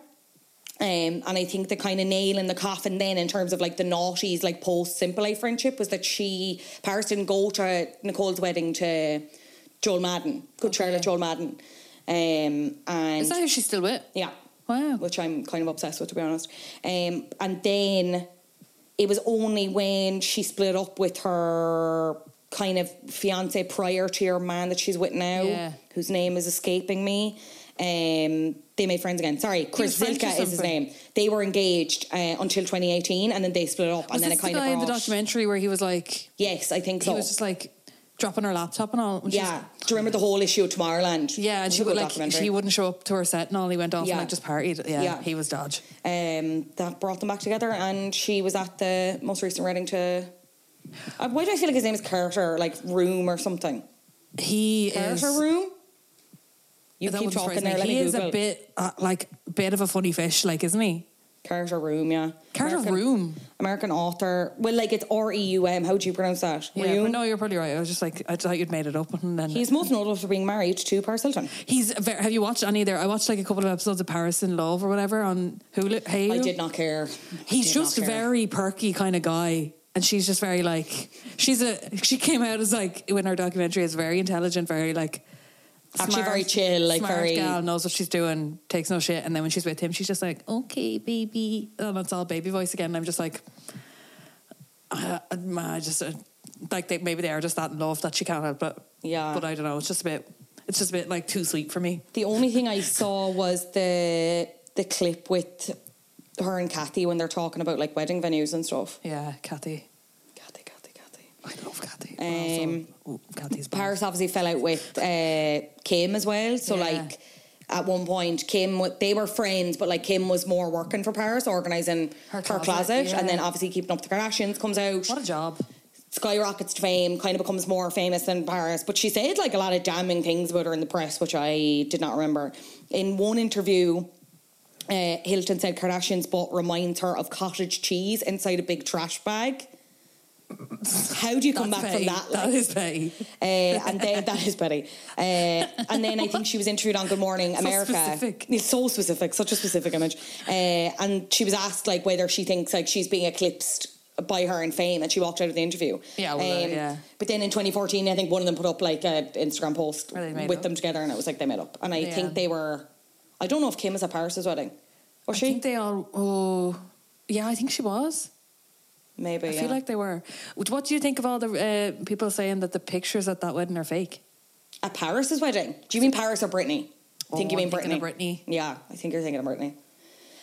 Um, and I think the kind of nail in the coffin then, in terms of like the naughties, like post Simple Life friendship, was that she, Paris didn't go to Nicole's wedding to Joel Madden, good Charlotte Joel Madden. Um, and
Is that who she's still with?
yeah.
Wow.
Which I'm kind of obsessed with, to be honest. Um, and then it was only when she split up with her kind of fiance prior to your man that she's with now,
Yeah.
whose name is escaping me. Um, they made friends again. Sorry, Chris
French or
Zilka is his
something.
name. They were engaged uh, until 2018, and then they split up,
Was
and then
this
it kind
the guy
of
in the
brought-
documentary where he was like,
Yes, I think so.
he was just like dropping her laptop and all? when she was-
yeah, do you remember the whole issue of Tomorrowland?
Yeah, and
It's
she
a good
would like
documentary.
she wouldn't show up to her set and all. He went off
Yeah.
and like just partied. Yeah,
Yeah.
he was dodge.
um, that brought them back together, and she was at the most recent wedding to. Uh, why do I feel like his name is Carter, like room or something?
He is.
Carter room. You
that
keep
wouldn't surprise
talking
me.
there. Let
He
me
is
Google.
a bit uh, like bit of a funny fish, like isn't he?
Carter room, yeah.
Carter
American-
Room.
American author. Well, like it's R E U M. How do you pronounce that?
Yeah,
Room.
but no, you're probably right. I was just like, I thought you'd made it up, and then
He's most notable for being married to Paris Hilton.
he's. a Very, have you watched any there? I watched like a couple of episodes of Paris in Love or whatever on Hulu. Hey,
I did not care.
He's
Did not
just
care.
very perky kind of guy. And she's just very like she's a she came out as like in her documentary as very intelligent, very like
Actually very chill, like,
smart
very-
gal, knows what she's doing, takes no shit. And then when she's with him, she's just like, okay, baby, and it's all baby voice again. And I'm just like, uh, I just uh, like they, maybe they are just that in love that she can't help. But
Yeah.
but I don't know. It's just a bit. It's just a bit like too sweet for me.
The only thing I saw was the the clip with her and Kathy when they're talking about like wedding venues and stuff.
Yeah, Kathy.
Kathy, Kathy, Kathy.
I love Kathy. Um, also, ooh, Kathy's bad.
Paris obviously fell out with uh, Kim as well. So
Yeah.
like at one point, Kim wa- they were friends, but like Kim was more working for Paris, organising her
Her
closet,
closet,
and then
yeah.
obviously keeping up with the Kardashians comes out.
What a job.
skyrockets to fame, kind of becomes more famous than Paris. But she said like a lot of damning things about her in the press, which I did not remember. In one interview, uh, Hilton said Kardashian's butt reminds her of cottage cheese inside a big trash bag. How do you come
That's
back
petty.
from that?
That
like?
is petty.
Uh, and then that is petty. Uh, and then I think she was interviewed on Good Morning America.
specific.
It's so specific, such a specific image. Uh, and she was asked like whether she thinks like she's being eclipsed by her in fame, and she walked out of the interview. Um,
Yeah, well, uh, yeah.
But then in 2014, I think one of them put up like an Instagram post
Where they made
with
up.
them together, and it was like they met up. And I
Yeah.
think they were. I don't know if Kim was at Paris's wedding. Or
I
she
think they all. Oh, yeah. I think she was.
maybe.
I
yeah.
feel like they were. What do you think of all the uh, people saying that the pictures at that wedding are fake?
at Paris's wedding. Do you mean Paris or Brittany? I think
Oh,
you mean
I'm thinking
Brittany.
of Britney.
Yeah, I think you're thinking of Brittany.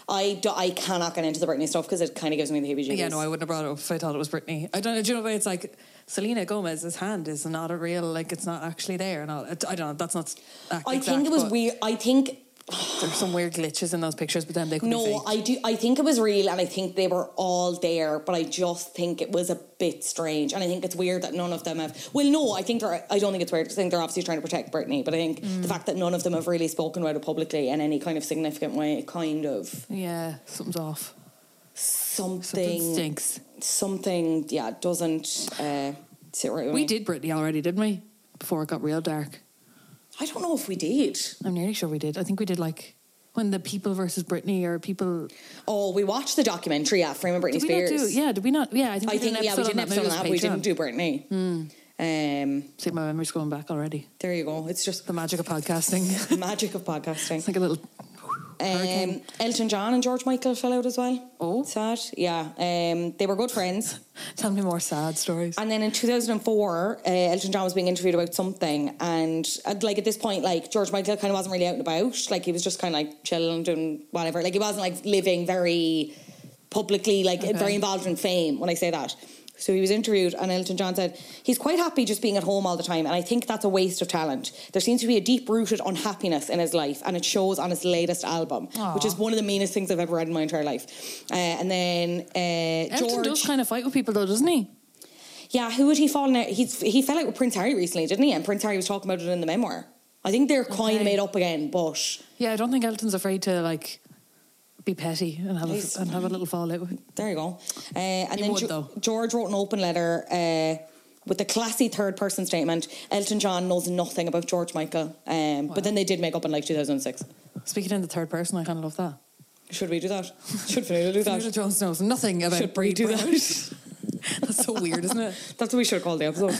I, do, I cannot get into the Britney stuff because it kind of gives me the heebie-jeebies.
Yeah, no, I wouldn't have brought it up if I thought it was Britney. I don't know. Do you know why it's like Selena Gomez's hand is not a real, like it's not actually there, and all. I don't know. That's not. Act
I
exact,
think it was
but
weird. I think
There's some weird glitches in those pictures, but then they could be
no,
fake.
I do. I think it was real, and I think they were all there. But I just think it was a bit strange, and I think it's weird that none of them have. Well, no, I think they're. I don't think it's weird. 'cause I think they're obviously trying to protect Britney, but I think
Mm.
the fact that none of them have really spoken about it publicly in any kind of significant way, it kind of
Yeah, something's off. Something
something,
stinks.
something, yeah, doesn't uh, sit right. With
We
me.
did Britney already, didn't we? Before it got real dark.
I don't know if we did.
I'm nearly sure we did. I think we did like when the people versus Britney or people.
Oh, we watched the documentary yeah, Frame of Britney
Did we
Spears.
not do? Yeah, did we not? Yeah, I think
I
we did
think
an
yeah, we
episode
did an
on that.
episode on that. but We didn't do
do.
Britney.
Hmm.
Um,
See, my memory's going back already.
there you go. It's just
The magic of podcasting.
the magic of podcasting.
it's like a little.
Um,
hurricane.
Elton John and George Michael fell out as well.
Oh.
sad. Yeah, um, they were good friends.
Tell me more sad stories.
And then in 2004, uh, Elton John was being interviewed about something, and uh, like at this point, like George Michael kind of wasn't really out and about. Like he was just kind of like chilling, doing whatever. Like he wasn't like living very publicly, like very involved in fame. When I say that. So he was interviewed, and Elton John said he's quite happy just being at home all the time, and I think that's a waste of talent. There seems to be a deep-rooted unhappiness in his life, and it shows on his latest album, which is one of the meanest things I've ever read in my entire life. Uh, and then uh,
Elton
George
does kind of fight with people though, doesn't he?
yeah, who had he fallen out? He's he fell out with Prince Harry recently, didn't he? And Prince Harry was talking about it in the memoir. I think they're kind of
Okay.
made up again, but
Yeah, I don't think Elton's afraid to like be petty and have a, and have a little fallout. with-
there you go. Uh, and
He
then
would,
Ge-
though.
George wrote an open letter uh, with a classy third person statement. Elton John knows nothing about George Michael, um, but then they did make up in like 2006.
Speaking in the third person, I kind of love that.
Should we do that? Should Fanula do
Julia
that?
Jones knows nothing about
Should we
Breed
do
Brown.
that?
That's so weird, isn't it?
That's what we should call the episode.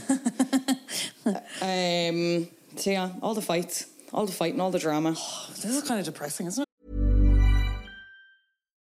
um, so yeah, all the fights, all the fighting, all the drama.
This is kind of depressing, isn't it?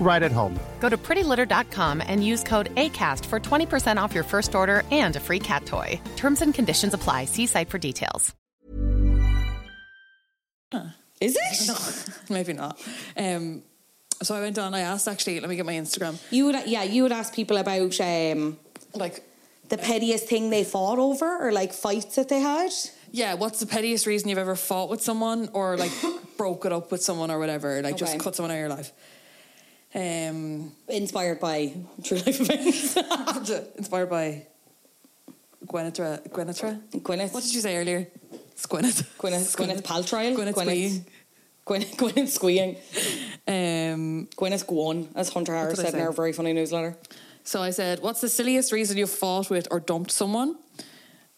right at home.
Go to prettylitter.com and use code ACAST for 20% off your first order and a free cat toy. Terms and conditions apply. See site for details.
Is it?
Maybe not. Um, so I went on. I asked actually. Let me get my Instagram.
You would, yeah, you would ask people about um,
Like,
the pettiest thing they fought over, or like fights that they had.
yeah, what's the pettiest reason you've ever fought with someone or like broke it up with someone or whatever? Like,
Okay.
just cut someone out of your life. Um,
Inspired by true life events.
inspired by Gwyneth. Gwyneth.
Gwyneth.
What did you say earlier? It's Gwyneth.
Gwyneth, Gwyneth Paltrow.
Gwyneth Squeeing.
Gwyneth, Gwyneth Squeeing.
Um,
Gwyneth Gwan, as Hunter Harris
did I
said in
say?
our very funny newsletter.
so I said, "What's the silliest reason you fought with or dumped someone?"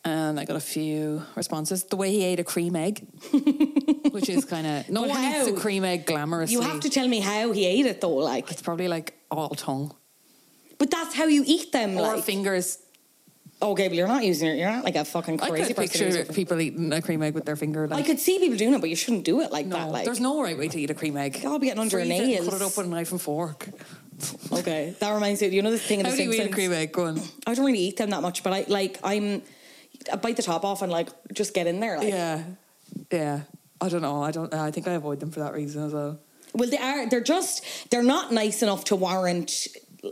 And I got a few responses. The way he ate a cream egg, which is kind of no
But
one eats a
how?
cream egg glamorously.
You have to tell me how he ate it though, like.
It's probably like all tongue
But that's how you eat them,
or
like.
fingers.
okay, but you're not using it. You're not like a fucking
I
crazy
could
person. who's-
picture people eating a cream egg with their finger.
I
Like,
could see people doing it, but you shouldn't do it like
no,
that. Like,
there's no right way to eat a cream egg.
I'll be getting under your
Freeze it and Cut it
nails.
up with a knife and fork.
Okay, that reminds me. You know this thing in
How
the
do you eat a
Simpsons.
cream egg? Go on.
I don't really eat them that much, but I like I'm I bite the top off and like just get in there. Like,
Yeah, yeah. I don't know. I don't. I think I avoid them for that reason as well.
well, they are. They're just they're not nice enough to warrant.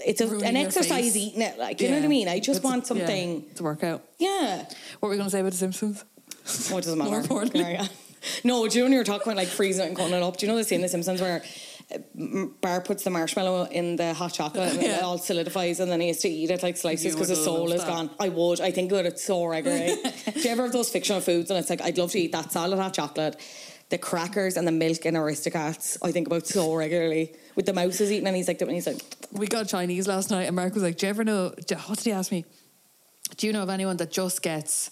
It's a,
Ruining
an
your
exercise
face.
eating it. Like you know
Yeah.
what I mean. I just
It's-
want
yeah,
something.
It's a workout.
Yeah.
What were we going to say about The Simpsons?
What does it
More
matter?
importantly.
Carry on. No, do you know when you're talking about like freezing it and cutting it up? Do you know the scene in The Simpsons where uh, M- Bar puts the marshmallow in the hot chocolate and it
Yeah.
all solidifies and then he has to eat it like slices
You
because his
would
soul
love
is
that.
gone? I would. I think good. It's so regular. do you ever have those fictional foods and it's like, I'd love to eat that solid hot chocolate, the crackers and the milk and Aristocats? I think about so regularly. With the mouse is eating and he's like, and he's like,
We got Chinese last night, and Mark was like, "Do you ever know? do- What did he ask me? Do you know of anyone that just gets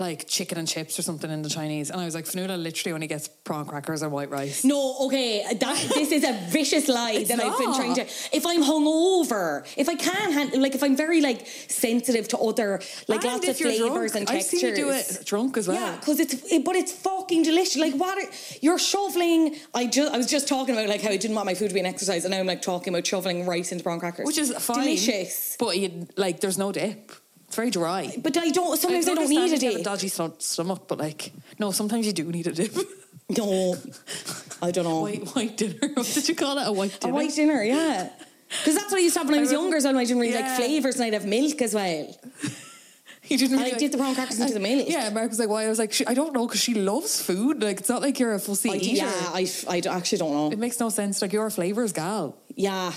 like chicken and chips or something in the Chinese?" And I was like, "Fanula literally only gets prawn crackers or white rice."
No, okay, that, this is a vicious lie
It's
that I've been
not.
trying to. If I'm hungover, if I can't handle, like if I'm very like sensitive to other like
And
lots
if
of
you're
flavors
drunk.
and
I've
textures.
seen you do it drunk as well.
Yeah, because it's it, but it's fucking delicious. Like what are, you're shoveling. I just I was just talking about like how I didn't want my food to be an exercise, and now I'm like talking about shoveling rice into brown crackers,
which is fine,
delicious.
but you like there's no dip. It's very dry.
But I don't. Sometimes I, don't
understand
need a
if you have
dip.
dodgy stom- stomach, but like no, sometimes you do need a dip.
No, I don't know.
white white dinner. What did you call it? A white
A
dinner.
white dinner, yeah. Because that's what I used to have when I was
remember-
younger, so I didn't really like
Yeah.
flavours and I'd have milk as well.
He didn't.
And
Really
I did the brown crackers into the milk.
Yeah, Mark was like, "Why?" I was like, she, "I don't know," because she loves food. Like, it's not like you're a fussy
I,
eater.
yeah, I, f- I d- actually don't know.
it makes no sense. Like, you're a flavors gal.
Yeah.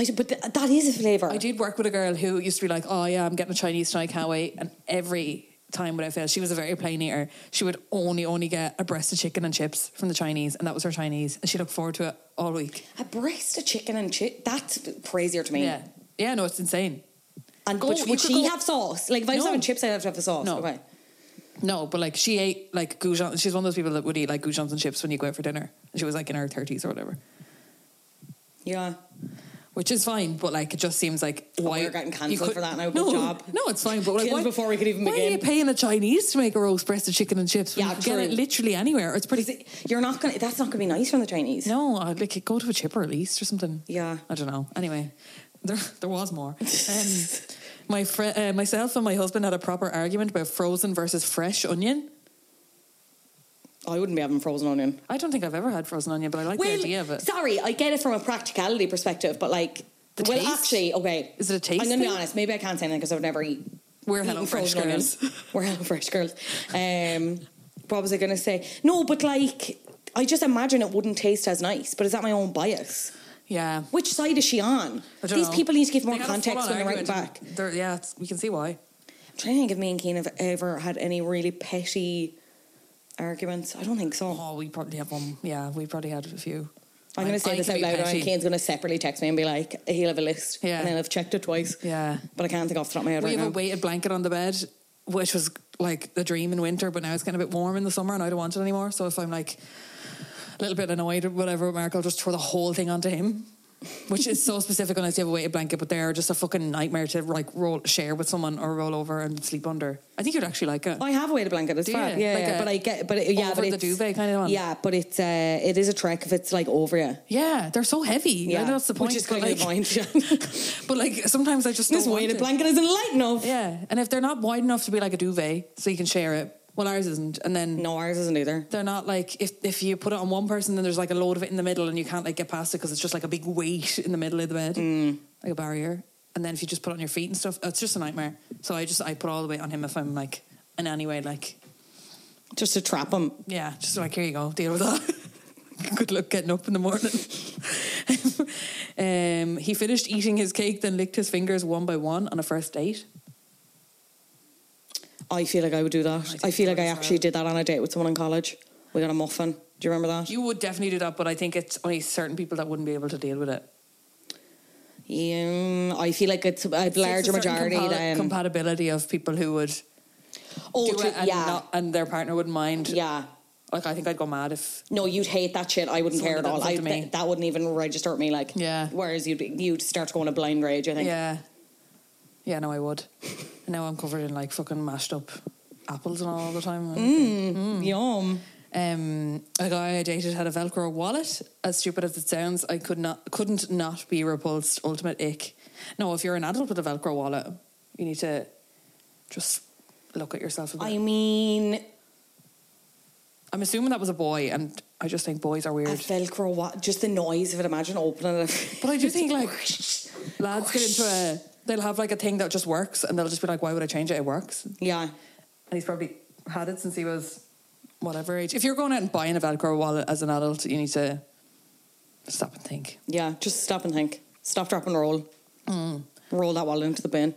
I, d- but th- that is a flavour.
I did work with a girl who used to be like, "Oh yeah, I'm getting a Chinese tonight. Can't wait." And every time without fail, she was a very plain eater. She would only only get a breast of chicken and chips from the Chinese, and that was her Chinese. And she looked forward to it all week.
A breast of chicken and chip, that's crazier to me.
Yeah, yeah, no, it's insane.
And
Go-
but
you
would
could
she
go-
have sauce? Like if I was
No.
having chips, I'd have to have the sauce.
No.
Okay.
No, but like she ate like goujons. She's one of those people that would eat like goujons and chips when you go out for dinner. And she was like in her thirties or whatever.
Yeah.
which is fine. But like, it just seems like why
we're getting cancelled
you could-
for that now, good
No,
job.
no, it's fine. But like,
Killed
why,
before we could even
why are you
begin.
paying a Chinese to make a roast breast of chicken and chips? When
Yeah,
you can get it
true.
literally anywhere. It's pretty.
You're not going to, that's not going to be nice from the Chinese.
no, I'd like go to a chipper at least or something.
Yeah.
I don't know. Anyway, there there was more. Um, my friend, uh, myself, and my husband had a proper argument about frozen versus fresh onion.
I wouldn't be having frozen onion.
I don't think I've ever had frozen onion, but I like the idea of it.
Sorry, I get it from a practicality perspective, but like,
The
well,
taste?
actually, okay.
Is it a taste
I'm going to be
thing?
honest. Maybe I can't say anything because I've never eat,
We're
eaten
Hello Fresh
frozen onions.
girls.
We're Hello Fresh girls. Um, what was I going to say? No, but like, I just imagine it wouldn't taste as nice. But is that my own bias?
Yeah.
Which side is she on?
I don't
These
know.
people need to give more
They had a
context
full-on
when they're writing
argument
back.
and they're- Yeah, it's- we can see why.
I'm trying to think if me and Keane have ever had any really petty arguments. I don't think so.
Oh, we probably have one. Yeah, we probably had a few.
I'm going to say
I
this
can
out
be
loud, and
petty.
Kane's going to separately text me and be like, he'll have a list.
Yeah.
And then I've checked it twice.
Yeah.
But I can't think off the top of my head
We
right
have
now.
a weighted blanket on the bed, which was like the dream in winter, but now it's getting a bit warm in the summer and I don't want it anymore. So if I'm like a little bit annoyed or whatever, Mark, I'll just throw the whole thing onto him. Which is so specific when I say have a weighted blanket, but they're just a fucking nightmare to like roll share with someone or roll over and sleep under. I think you'd actually like it.
I have a weighted blanket. It's
Do
fab.
you?
Yeah,
Like
yeah,
a
but I get, but it, yeah, but
over the
it's
duvet kind of one?
Yeah, but it's uh, it is a trek if it's like over you.
yeah, they're so heavy. Yeah, that's the point.
Which is
but,
kind of the
like-
point. yeah.
But like sometimes I just
this
don't want
weighted
it.
blanket isn't light enough.
Yeah, and if they're not wide enough to be like a duvet, so you can share it. Well, ours isn't, and then
No, ours isn't either.
they're not like if if you put it on one person, then there's like a load of it in the middle, and you can't like get past it because it's just like a big weight in the middle of the bed, like a barrier. And then if you just put it on your feet and stuff, it's just a nightmare. So I just I put all the weight on him if I'm like in any way like
Just to trap them.
yeah, just like here you go, deal with that. Good luck getting up in the morning. Um, he finished eating his cake, then licked his fingers one by one on a first date.
I feel like I would do that. I, feel like I actually did that on a date with someone in college. We got a muffin. Do you remember that?
You would definitely do that, but I think it's only certain people that wouldn't be able to deal with it.
Yeah, I feel like it's a larger
It's a certain
majority
compa-
than
compatibility of people who would
oh,
do
to-
it and,
yeah,
not, and their partner wouldn't mind.
yeah.
Like I think I'd go mad if
No, you'd hate that shit. I wouldn't
Someone
care at
did that
all.
in
I,
front of me.
th- that wouldn't even register at me. Like,
Yeah.
Whereas you'd be, you'd start going a blind rage. I think.
Yeah. Yeah, no, I would. And now I'm covered in like fucking mashed up apples and all, all the time.
Mm. Yum.
Um, a guy I dated had a Velcro wallet. As stupid as it sounds, I could not couldn't not be repulsed. Ultimate ick. No, if you're an adult with a Velcro wallet, you need to just look at yourself a bit.
I
I'm,
mean,
assuming that was a boy, and I just think boys are
a
weird.
Velcro. What? Just the noise of it. Imagine opening it.
But I do think like lads get into a. They'll have like a thing that just works, and they'll just be like, "Why would I change it? It works."
yeah.
and he's probably had it since he was whatever age. If you're going out and buying a Velcro wallet as an adult, you need to stop and think.
Yeah. Just stop and think. Stop, drop, and roll.
Mm.
Roll that wallet into the bin.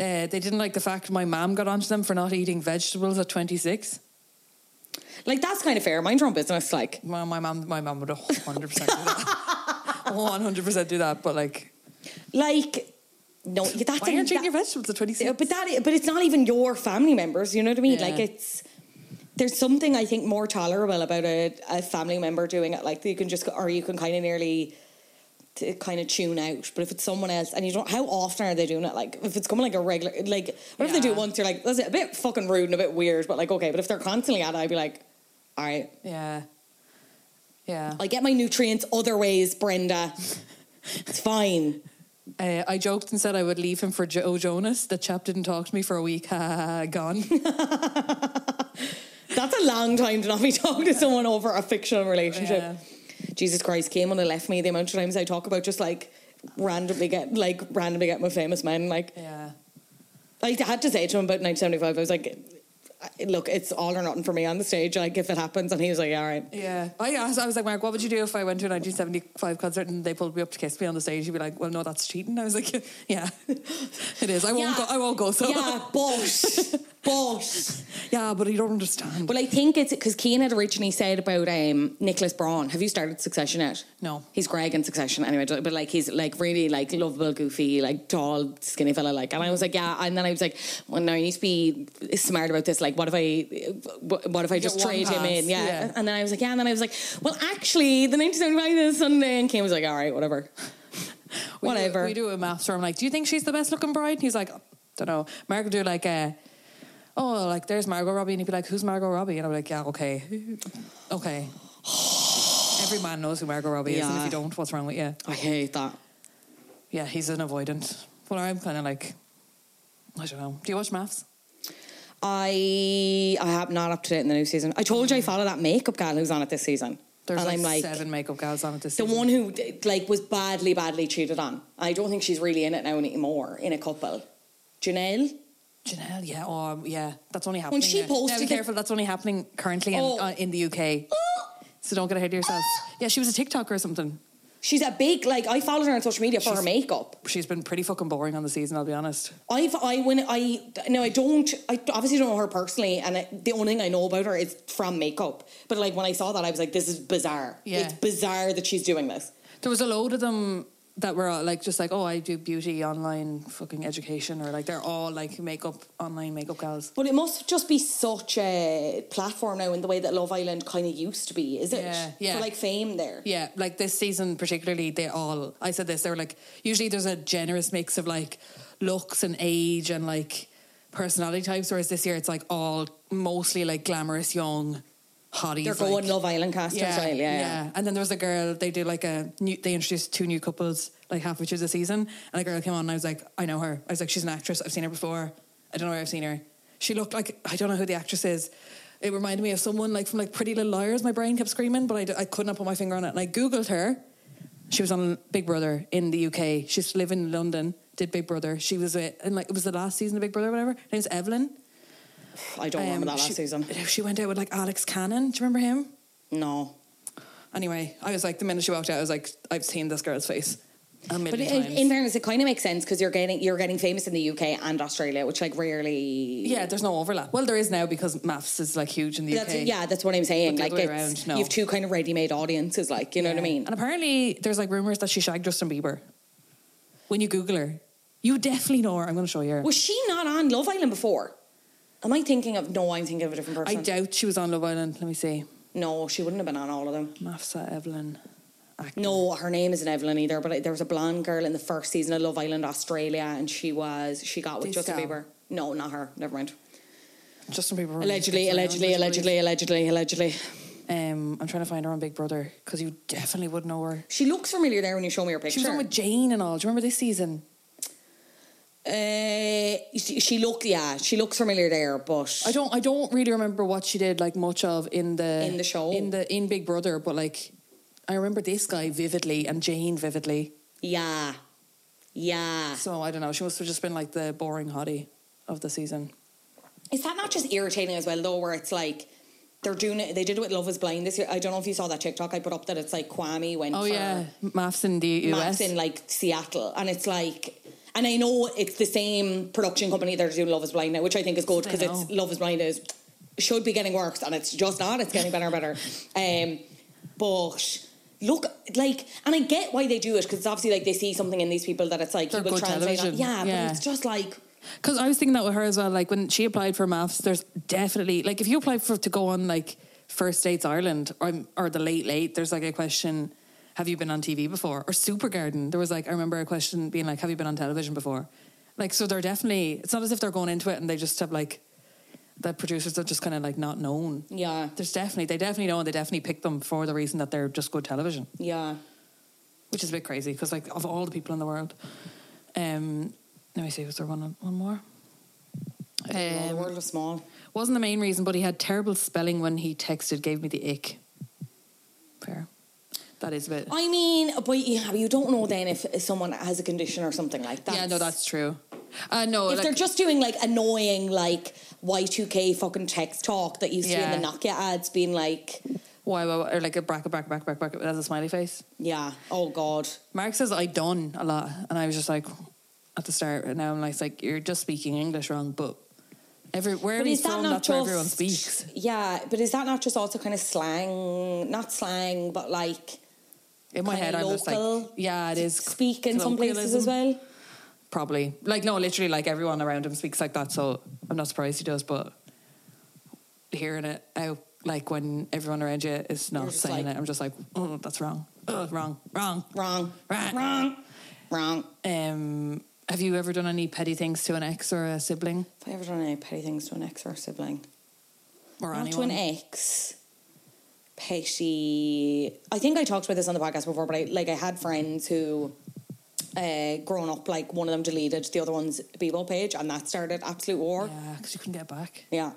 Uh, they didn't like the fact my mom got onto them for not eating vegetables at 26.
Like that's kind of fair. Mind your own business. Like,
Well, my mom, my mom would 100% do that. 100% do that, but like,
like, no. That's
why
that-
aren't you eating your vegetables at 26?
Yeah, but that i- but it's not even your family members you know what i mean
Yeah.
like it's there's something i think more tolerable about a, a family member doing it like you can just or you can kind of nearly to kind of tune out but if it's someone else and you don't how often are they doing it like if it's coming like a regular like what if they do it
Yeah.
once you're like that's a bit fucking rude and a bit weird but like okay but if they're constantly at it i'd be like all right
yeah. Yeah.
i get my nutrients other ways brenda it's fine
Uh, I joked and said I would leave him for Joe Jonas. The chap didn't talk to me for a week. Ha, ha, ha, Gone.
That's a long time to not be talking to someone over a fictional relationship.
Yeah.
Jesus Christ, came on and left me. The amount of times I talk about just like randomly get like randomly get my famous men. Like
yeah.
I had to say to him about 1975, I was like, look, it's all or nothing for me on the stage. Like if it happens, and he was like, all right.
Yeah. I asked, I was like, Mark, what would you do if I went to a 1975 concert and they pulled me up to kiss me on the stage? You'd be like, well, no, that's cheating. I was like, yeah, it is. I won't
Yeah.
go. I won't go. So,
Yeah, but but
Yeah, but you don't understand.
well, I think it's because Keane had originally said about um, Nicholas Braun. Have you started Succession yet?
No.
he's Greg in Succession anyway. But like, he's like really like lovable, goofy, like tall, skinny fella. Like, and I was like, yeah. And then I was like, well, no, I need to be smart about this. Like, what if I, what what if I just
one
trade him
pass,
in? Yeah.
yeah.
And then I was like, yeah. And then I was like, well, actually, the 1975 is Sunday, and Keane was like, all right, whatever,
We do-
whatever.
we do a math storm. Like, do you think she's the best looking bride? And he's like, don't know. Mark would do like, uh, oh, like there's Margot Robbie, and he'd be like, who's Margot Robbie? And I'm like, yeah, okay, okay. Every man knows who Margot Robbie is, and if
Yeah.
you don't, what's wrong with you?
I hate that.
Yeah, he's an avoidant. Well, I'm kind of like, I don't know. Do you watch maths?
I I have not up to date in the new season. I told you I follow that makeup gal who's on it this season.
There's
and
like,
I'm like
seven makeup gals on it this
the
season.
one who like was badly, badly cheated on. I don't think she's really in it now anymore in a couple. Janelle.
Janelle, yeah, oh yeah, that's only happening.
she
now. Now,
posted
be
it-
careful, that's only happening currently in,
Oh.
uh, in the UK. So don't get ahead of yourself. Yeah, she was a TikToker or something.
She's a big like I followed her on social media for her
She's-
makeup.
She's been pretty fucking boring on the season. I'll be honest.
I've I when I no I don't I obviously don't know her personally and I, the only thing I know about her is from makeup. But like when I saw that I was like this is bizarre.
Yeah.
It's bizarre that she's doing this.
There was a load of them that were all, like just like, oh, I do beauty online, fucking education, or like they're all like makeup online makeup gals.
But it must just be such a platform now in the way that Love Island kind of used to be, is it?
Yeah, yeah.
For like fame there.
Yeah, like this season particularly, they all. I said this. They were like usually there's a generous mix of like looks and age and like personality types. Whereas this year it's like all mostly like glamorous young hotties.
They're going
like-
Love Island cast yeah, style, yeah. yeah.
And then there was a girl. They did like a new. They introduced two new couples like halfway through the season, and a girl came on, and I was like, I know her. I was like, she's an actress. I've seen her before. I don't know where I've seen her. She looked like I don't know who the actress is. It reminded me of someone like from like Pretty Little Liars. My brain kept screaming, but I, d- I could not put my finger on it. And I googled her. She was on Big Brother in the UK. She used to live in London. Did Big Brother? She was with, and like it was the last season of Big Brother, or whatever. Her name's Evelyn.
Oh, I don't
Um,
remember that last
she-
season.
She went out with like Alex Cannon. Do you remember him?
No.
Anyway, I was like, the minute she walked out, I was like, I've seen this girl's face. A
But
million
in,
times.
in fairness, it kind of makes sense because you're getting you're getting famous in the UK and Australia, which like rarely.
yeah, there's no overlap. Well, there is now because maths is like huge in the
That's,
UK.
yeah, that's what I'm saying.
But the
Like,
other way
it's-
around, no.
you have two kind of ready-made audiences. Like, you know what I mean?
And apparently, there's like rumors that she shagged Justin Bieber. When you Google her, you definitely know her. I'm going to show you. Her.
Was she not on Love Island before? Am I thinking of? No, I'm thinking of a different
I
person.
doubt she was on Love Island. Let me see.
No, she wouldn't have been on all of them.
Mafsa Evelyn. Act-
No, her name isn't Evelyn either. But like, there was a blonde girl in the first season of Love Island Australia, and she was she got with
Disco.
Justin Bieber. No, not her. Never mind.
Justin Bieber. runs
Allegedly,
Big Brother,
allegedly,
I believe.
allegedly, allegedly, allegedly.
Um, I'm trying to find her on Big Brother because you definitely would know her.
She looks familiar there when you show me her picture.
She was on with Jane and all. Do you remember this season?
Uh, she, she looked, yeah, she looks familiar there, but
I don't. I don't really remember what she did like much of in the
In the show.
in the in Big Brother, but like I remember this guy vividly and Jane vividly.
yeah, yeah.
So I don't know. She must have just been like the boring hottie of the season.
Is that not just irritating as well though? Where it's like they're doing it. They did it with Love Is Blind this year. I don't know if you saw that TikTok I put up that it's like Kwame went.
Oh
for
yeah, maths in the US.
maths in like Seattle, and it's like. And I know it's the same production company that are doing Love Is Blind now, which I think is good
I
because it's
know.
Love Is Blind is should be getting worse, and it's just not. It's getting better and better. Um, but look, like, and I get why they do it because it's obviously like they see something in these people that it's like
They're
you will
good
translate. On.
television.
Yeah,
Yeah.
but it's just like
Because I was thinking that with her as well. Like when she applied for maths, there's definitely like if you apply for to go on like First Dates Ireland or or the Late Late, there's like a question: Have you been on TV before? Or Super Garden, there was like I remember a question being like, Have you been on television before? Like so, they're definitely. It's not as if they're going into it and they just have like the producers are just kind of like not known.
Yeah.
there's definitely they definitely know and they definitely pick them for the reason that they're just good television
yeah.
which is a bit crazy because like of all the people in the world, um, let me see, was there one one more?
Oh, the
Um,
world is small.
wasn't the main reason, but he had terrible spelling when he texted. Gave me the ick. Fair, that is a bit.
I mean, but yeah, you don't know then if someone has a condition or something like that.
yeah, no, that's true. Uh, no,
If
like,
they're just doing like annoying like Y2K fucking text talk that used to be in the
Yeah.
Nokia ads being like,
why, why, why- or like a bracket, bracket, bracket, bracket, bracket as a smiley face.
yeah, oh God.
Mark says I done a lot, and I was just like, at the start, and now I'm like, it's like you're just speaking English wrong, but every where
But
he's
is that
from,
not
that's where everyone
just-
speaks.
Yeah, but is that not just also kind of slang? Not slang, but like
In my
kinda
head, I'm just like,
local
yeah, it is.
speak in some places as
colloquialism.
well.
probably like no literally like everyone around him speaks like that so i'm not surprised he does but hearing it out like when everyone around you is
You're
not
just
saying
like-
it i'm just like oh that's wrong oh wrong wrong
Wrong.
Right.
Wrong. Wrong.
um have you ever done any petty things to an ex or a sibling
Have I ever done any petty things to an ex or a sibling?
or
Not
anyone
to an ex. Petty. I think I talked about this on the podcast before, but I like I had friends who, uh, growing up, like one of them deleted the other one's Bebo page, and that started absolute war.
yeah because you couldn't get back
Yeah,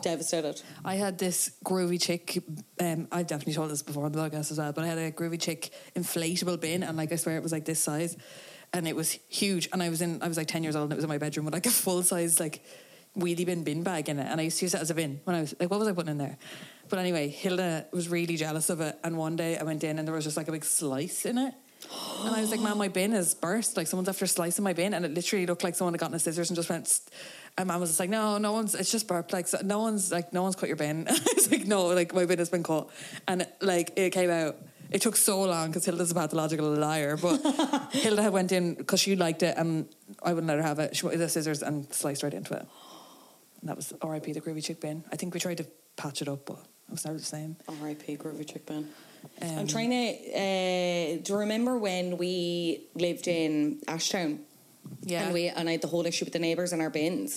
devastated.
I had this groovy chick. Um, I've definitely told this before on the podcast as well, but I had a groovy chick inflatable bin, and like I swear it was like this size, and it was huge. And I was in, I was like ten years old, and it was in my bedroom with like a full size like wheelie bin bin bag in it. And I used to use it as a bin when I was like, what was I putting in there? But anyway, Hilda was really jealous of it, and one day I went in, and there was just like a big slice in it. And I was like, man, my bin is burst. Like someone's after slicing my bin. And it literally looked like someone had gotten a scissors and just went, "Tsk." and mom was just like, no, no one's, it's just burped. Like so- no one's like, no one's cut your bin. I was like, no, like my bin has been cut. And like it came out. It took so long because Hilda's a pathological liar. But Hilda went in because she liked it and I wouldn't let her have it. She went with the scissors and sliced right into it. And that was RIP, the groovy chick bin. I think we tried to patch it up, but it was never the same. Um,
R.I.P. Groovy Chick Band. I'm trying to. Uh, do you remember when we lived in Ashtown?
Yeah.
And we and I had the whole issue with the neighbours and our bins.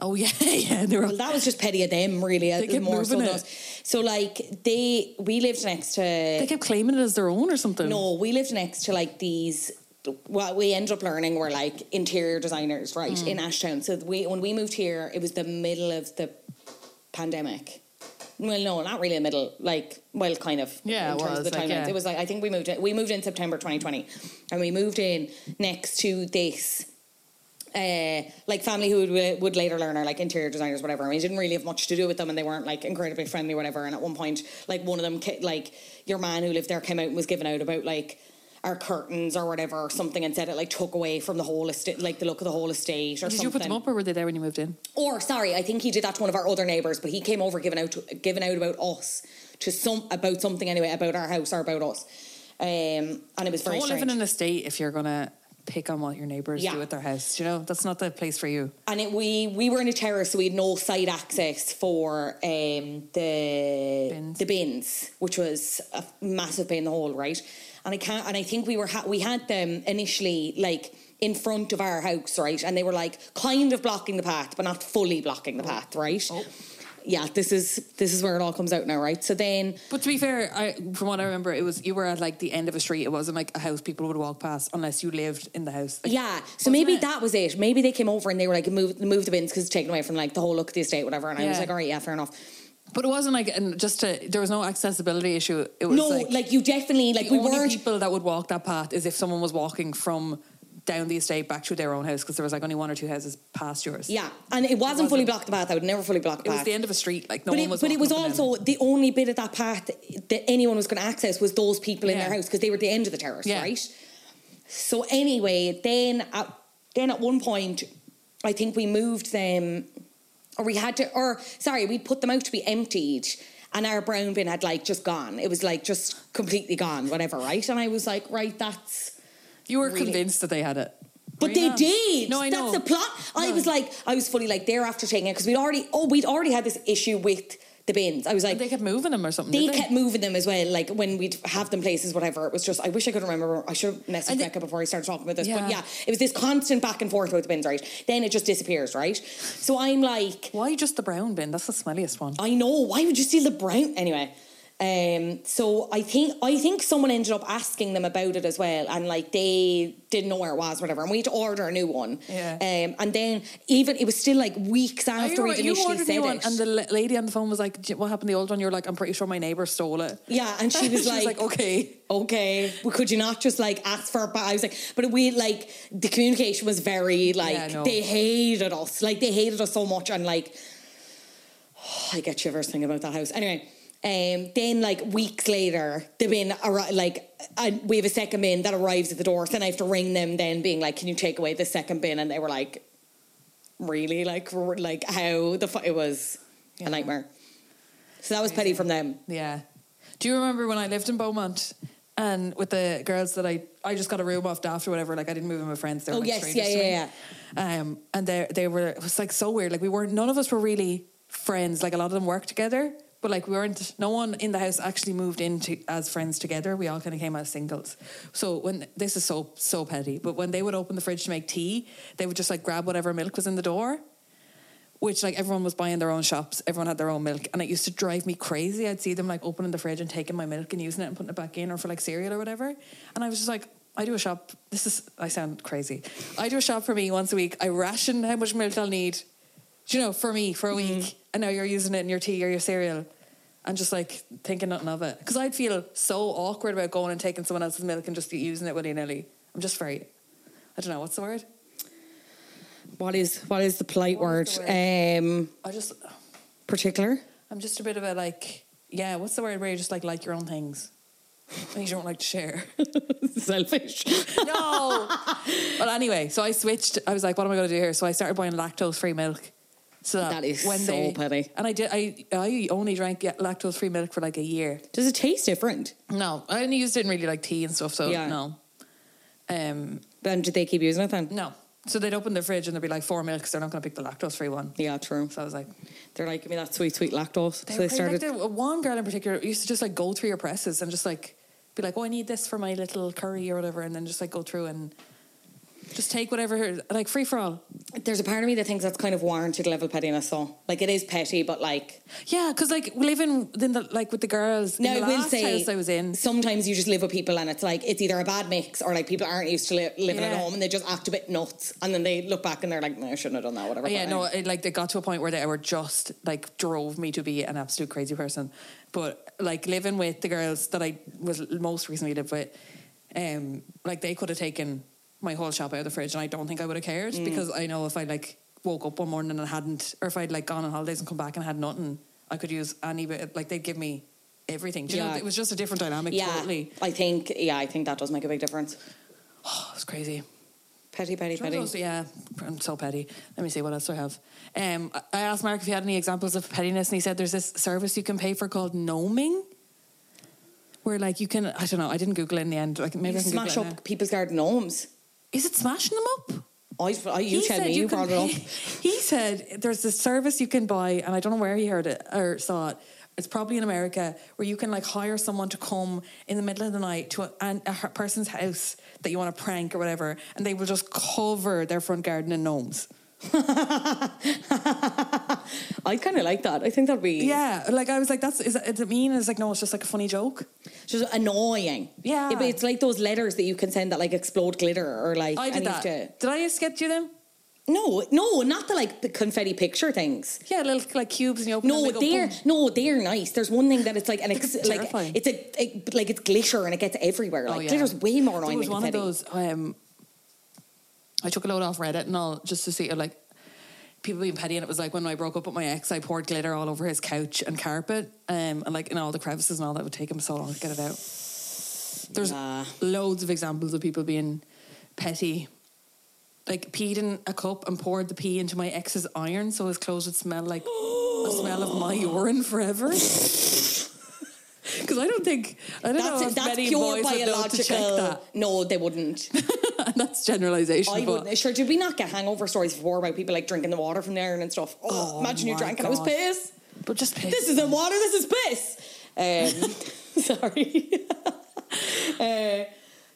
oh, yeah. yeah. They were
Well, that was just petty of them, really. uh,
They kept
more so
moving
than
it.
us. So like they, we lived next to.
They kept claiming it as their own or something.
No, we lived next to like these. What we ended up learning were like interior designers, right,
Hmm.
in Ashtown. So we when we moved here, it was the middle of the pandemic. Well, no, not really the middle. Like, well, kind of.
Yeah,
in
it
terms of
was,
the
like,
timelines,
yeah.
it was like I think we moved. In, we moved in September 2020, and we moved in next to this uh, like family who would, would later learn are like interior designers, whatever. And we didn't really have much to do with them, and they weren't like incredibly friendly, whatever. And at one point, like one of them, ca- like your man who lived there, came out and was giving out about like our curtains or whatever, or something, and said it like took away from the whole estate, like the look of the whole estate. Or
Did
something.
you put them up or were they there when you moved in?
Or sorry, I think he did that to one of our other neighbors, but he came over giving out giving out about us to some about something anyway about our house or about us, um, and it was very
Don't live in
strange.
an estate if you're gonna pick on what your neighbors
Yeah.
do at their house. You know that's not the place for you.
and it, we we were in a terrace, so we had no side access for um, the
Bins.
the bins, which was a massive pain in the hole, right? And I can't, and I think we were ha- we had them initially like in front of our house, right? And they were like kind of blocking the path, but not fully blocking
Oh.
the path, right? Yeah, this is this is where it all comes out now, right? So then.
But to be fair, I, from what I remember, it was you were at like the end of a street. It wasn't like a house people would walk past unless you lived in the house. Like,
Yeah. So
wasn't
maybe
it?
that was it. Maybe they came over and they were like, move, move the bins because it's taken away from like the whole look of the estate, whatever. And I was
Yeah.
like, all right, yeah, fair enough.
But it wasn't like and just to, there was no accessibility issue. It was
No, like,
like,
you definitely,
the
like, we
only
weren't.
people that would walk that path is if someone was walking from down the estate back to their own house because there was like only one or two houses past yours.
yeah. And it wasn't, fully blocked the path. I would never fully block the
It
path.
was the end of a street. Like no
but
one
it,
was.
but it
walking
was
up and down.
also the only bit of that path that anyone was going to access was those people in their
Yeah.
house because they were at the end of the terrace,
Yeah.
right? So anyway, then at, then at one point, I think we moved them, or we had to, or sorry, we put them out to be emptied, and our brown bin had like just gone. It was like just completely gone, whatever, right? And I was like, right, that's
you were convinced that they had it.
but
Were
they
you not?
did.
No, I
That's
know.
the plot. I
No.
was like, I was fully like there after taking it because we'd already, oh, we'd already had this issue with the bins. I was like,
They kept moving them or something.
they
did
kept moving them as well. Like when we'd have them places, whatever. It was just. I wish I could remember. I should have messaged
And the-
Becca before I started talking about this.
Yeah.
But yeah, it was this constant back and forth about the bins, right? Then it just disappears, right? So I'm like,
Why just the brown bin? That's the smelliest one.
I know. Why would you steal the brown anyway? Um, so I think I think someone ended up asking them about it as well, and like they didn't know where it was, whatever. And we had to order a new one.
Yeah.
Um, and then even it was still like weeks after we'd
you
initially
ordered
said
me one,
it.
and the la- lady on the phone was like, "Do you- "What happened to the old one?" You're like, "I'm pretty sure my neighbor stole it."
yeah, and she was
She
like,
was like, "Okay."
okay, well, could you not just like ask for it? But I was like, but we like the communication was very like
Yeah, I know.
they hated us, like they hated us so much, and like I get shivers thinking about that house. Anyway, um, then like weeks later, the bin arri- like I, we have a second bin that arrives at the door, so then I have to ring them, then being like, can you take away the second bin? And they were like, really, like r- like how the fu- it was a nightmare. So that was petty from them.
Yeah. Do you remember when I lived in Beaumont and with the girls that I I just got a room off after whatever? Like I didn't move in with my friends. They were
Oh,
like
yes,
strangers
yeah,
to me.
yeah,
Um, and they they were it was like so weird. Like we weren't none of us were really friends. Like a lot of them worked together, but like we weren't. No one in the house actually moved into as friends together. We all kind of came as singles. So when this is so so petty, but when they would open the fridge to make tea, they would just like grab whatever milk was in the door which like everyone was buying their own shops, everyone had their own milk, and it used to drive me crazy. I'd see them like opening the fridge and taking my milk and using it and putting it back in, or for like cereal or whatever. And I was just like, I do a shop. This is I sound crazy. I do a shop for me once a week. I ration how much milk I'll need, do you know, for me for a week. And now you're using it in your tea or your cereal. And just like thinking nothing of it. Because I'd feel so awkward about going and taking someone else's milk and just using it willy nilly. I'm just very, I don't know, what's the word?
What is what is the polite word?
is the
Um,
I just,
particular.
I'm just a bit of a like, yeah, what's the word where you just like like your own things and you don't like to share?
Selfish.
no. well, anyway, so I switched. I was like, what am I going to do here? So I started buying lactose free milk. So that,
That is
when
so
they,
petty.
And I did. I I only drank lactose free milk for like a year.
Does it taste different?
No, I only used it in really like tea and stuff. So
Yeah.
no. Um.
Then did they keep using it then?
No. So they'd open the fridge and there'd be like four milks. They're not going to pick the lactose free one.
Yeah, true.
So I was like,
They're like, give me that sweet, sweet lactose.
They
so they started.
uh, one girl in particular used to just like go through your presses and just like be like, "Oh, I need this for my little curry or whatever," and then just like go through and just take whatever, her- like free for all.
There's a part of me that thinks that's kind of warranted level pettiness, though. Like it is petty, but like
Yeah, because like living in the like with the girls. in
now I
the
will
last
say,
house I was in.
Sometimes you just live with people, and it's like it's either a bad mix or like people aren't used to li- living at
Yeah.
home, and they just act a bit nuts, and then they look back and they're like, no, I shouldn't have done that, whatever.
Oh, yeah,
But
no,
anyway.
it, like they got to a point where they were just like drove me to be an absolute crazy person. But like living with the girls that I was most recently lived with, um, like they could have taken my whole shop out of the fridge, and I don't think I would have cared because I know if I like woke up one morning and I hadn't, or if I'd like gone on holidays and come back and had nothing, I could use any bit. Like they'd give me everything. Do you know,
Yeah.
it was just a different dynamic.
yeah,
Totally,
I think yeah, I think that does make a big difference.
oh, it was crazy.
Petty, petty,
Sure,
petty.
those- yeah, I'm so petty. Let me see what else do I have. Um, I- I asked Mark if he had any examples of pettiness, and he said there's this service you can pay for called gnoming, where like you can I don't know. I didn't Google it in the end. Like maybe I can
Smash
Google
up
it now.
people's garden gnomes.
Is it smashing them up?
I, I you
He
tell
said
me you
can
brought it
pay-
up.
He said there's this service you can buy, and I don't know where he heard it or saw it. It's probably in America where you can like hire someone to come in the middle of the night to a, an, a her- person's house that you want to prank or whatever, and they will just cover their front garden in gnomes.
I kind of like that. I think that'd be
Yeah, like I was like, that's is that, is it mean? And it's like, no, it's just like a funny joke.
just annoying.
Yeah.
It- it's like those letters that you can send that like explode glitter or like.
I did
and you have
that.
to-
Did I just get you them?
no, no, not the like the confetti picture things.
Yeah, little like cubes and you open.
No,
them, they go
they're
boom.
no, they're nice. There's one thing that it's like an ex,
They're
like
terrifying. Oh,
it's a it- like it's glitter and it gets everywhere. Like glitter's way more
There
annoying
was
than
one of
confetti.
those. Um, I took a load off Reddit and all just to see like people being petty, and it was like when I broke up with my ex, I poured glitter all over his couch and carpet, um, and like in all the crevices and all that would take him so long to get it out. There's loads of examples of people being petty. Like peed in a cup and poured the pee into my ex's iron, so his clothes would smell like a smell of my urine forever. Because I don't think I don't
That's
know
it,
if
that's
many
pure
boys would know to check that.
biological. No, they wouldn't.
That's generalization.
I
but
wouldn't. Sure, did we not get hangover stories before about people like drinking the water from the iron and stuff? Oh,
Oh
imagine you
my
drank and I was
God.
piss.
But just piss.
This isn't water. This is piss. Um, sorry. uh,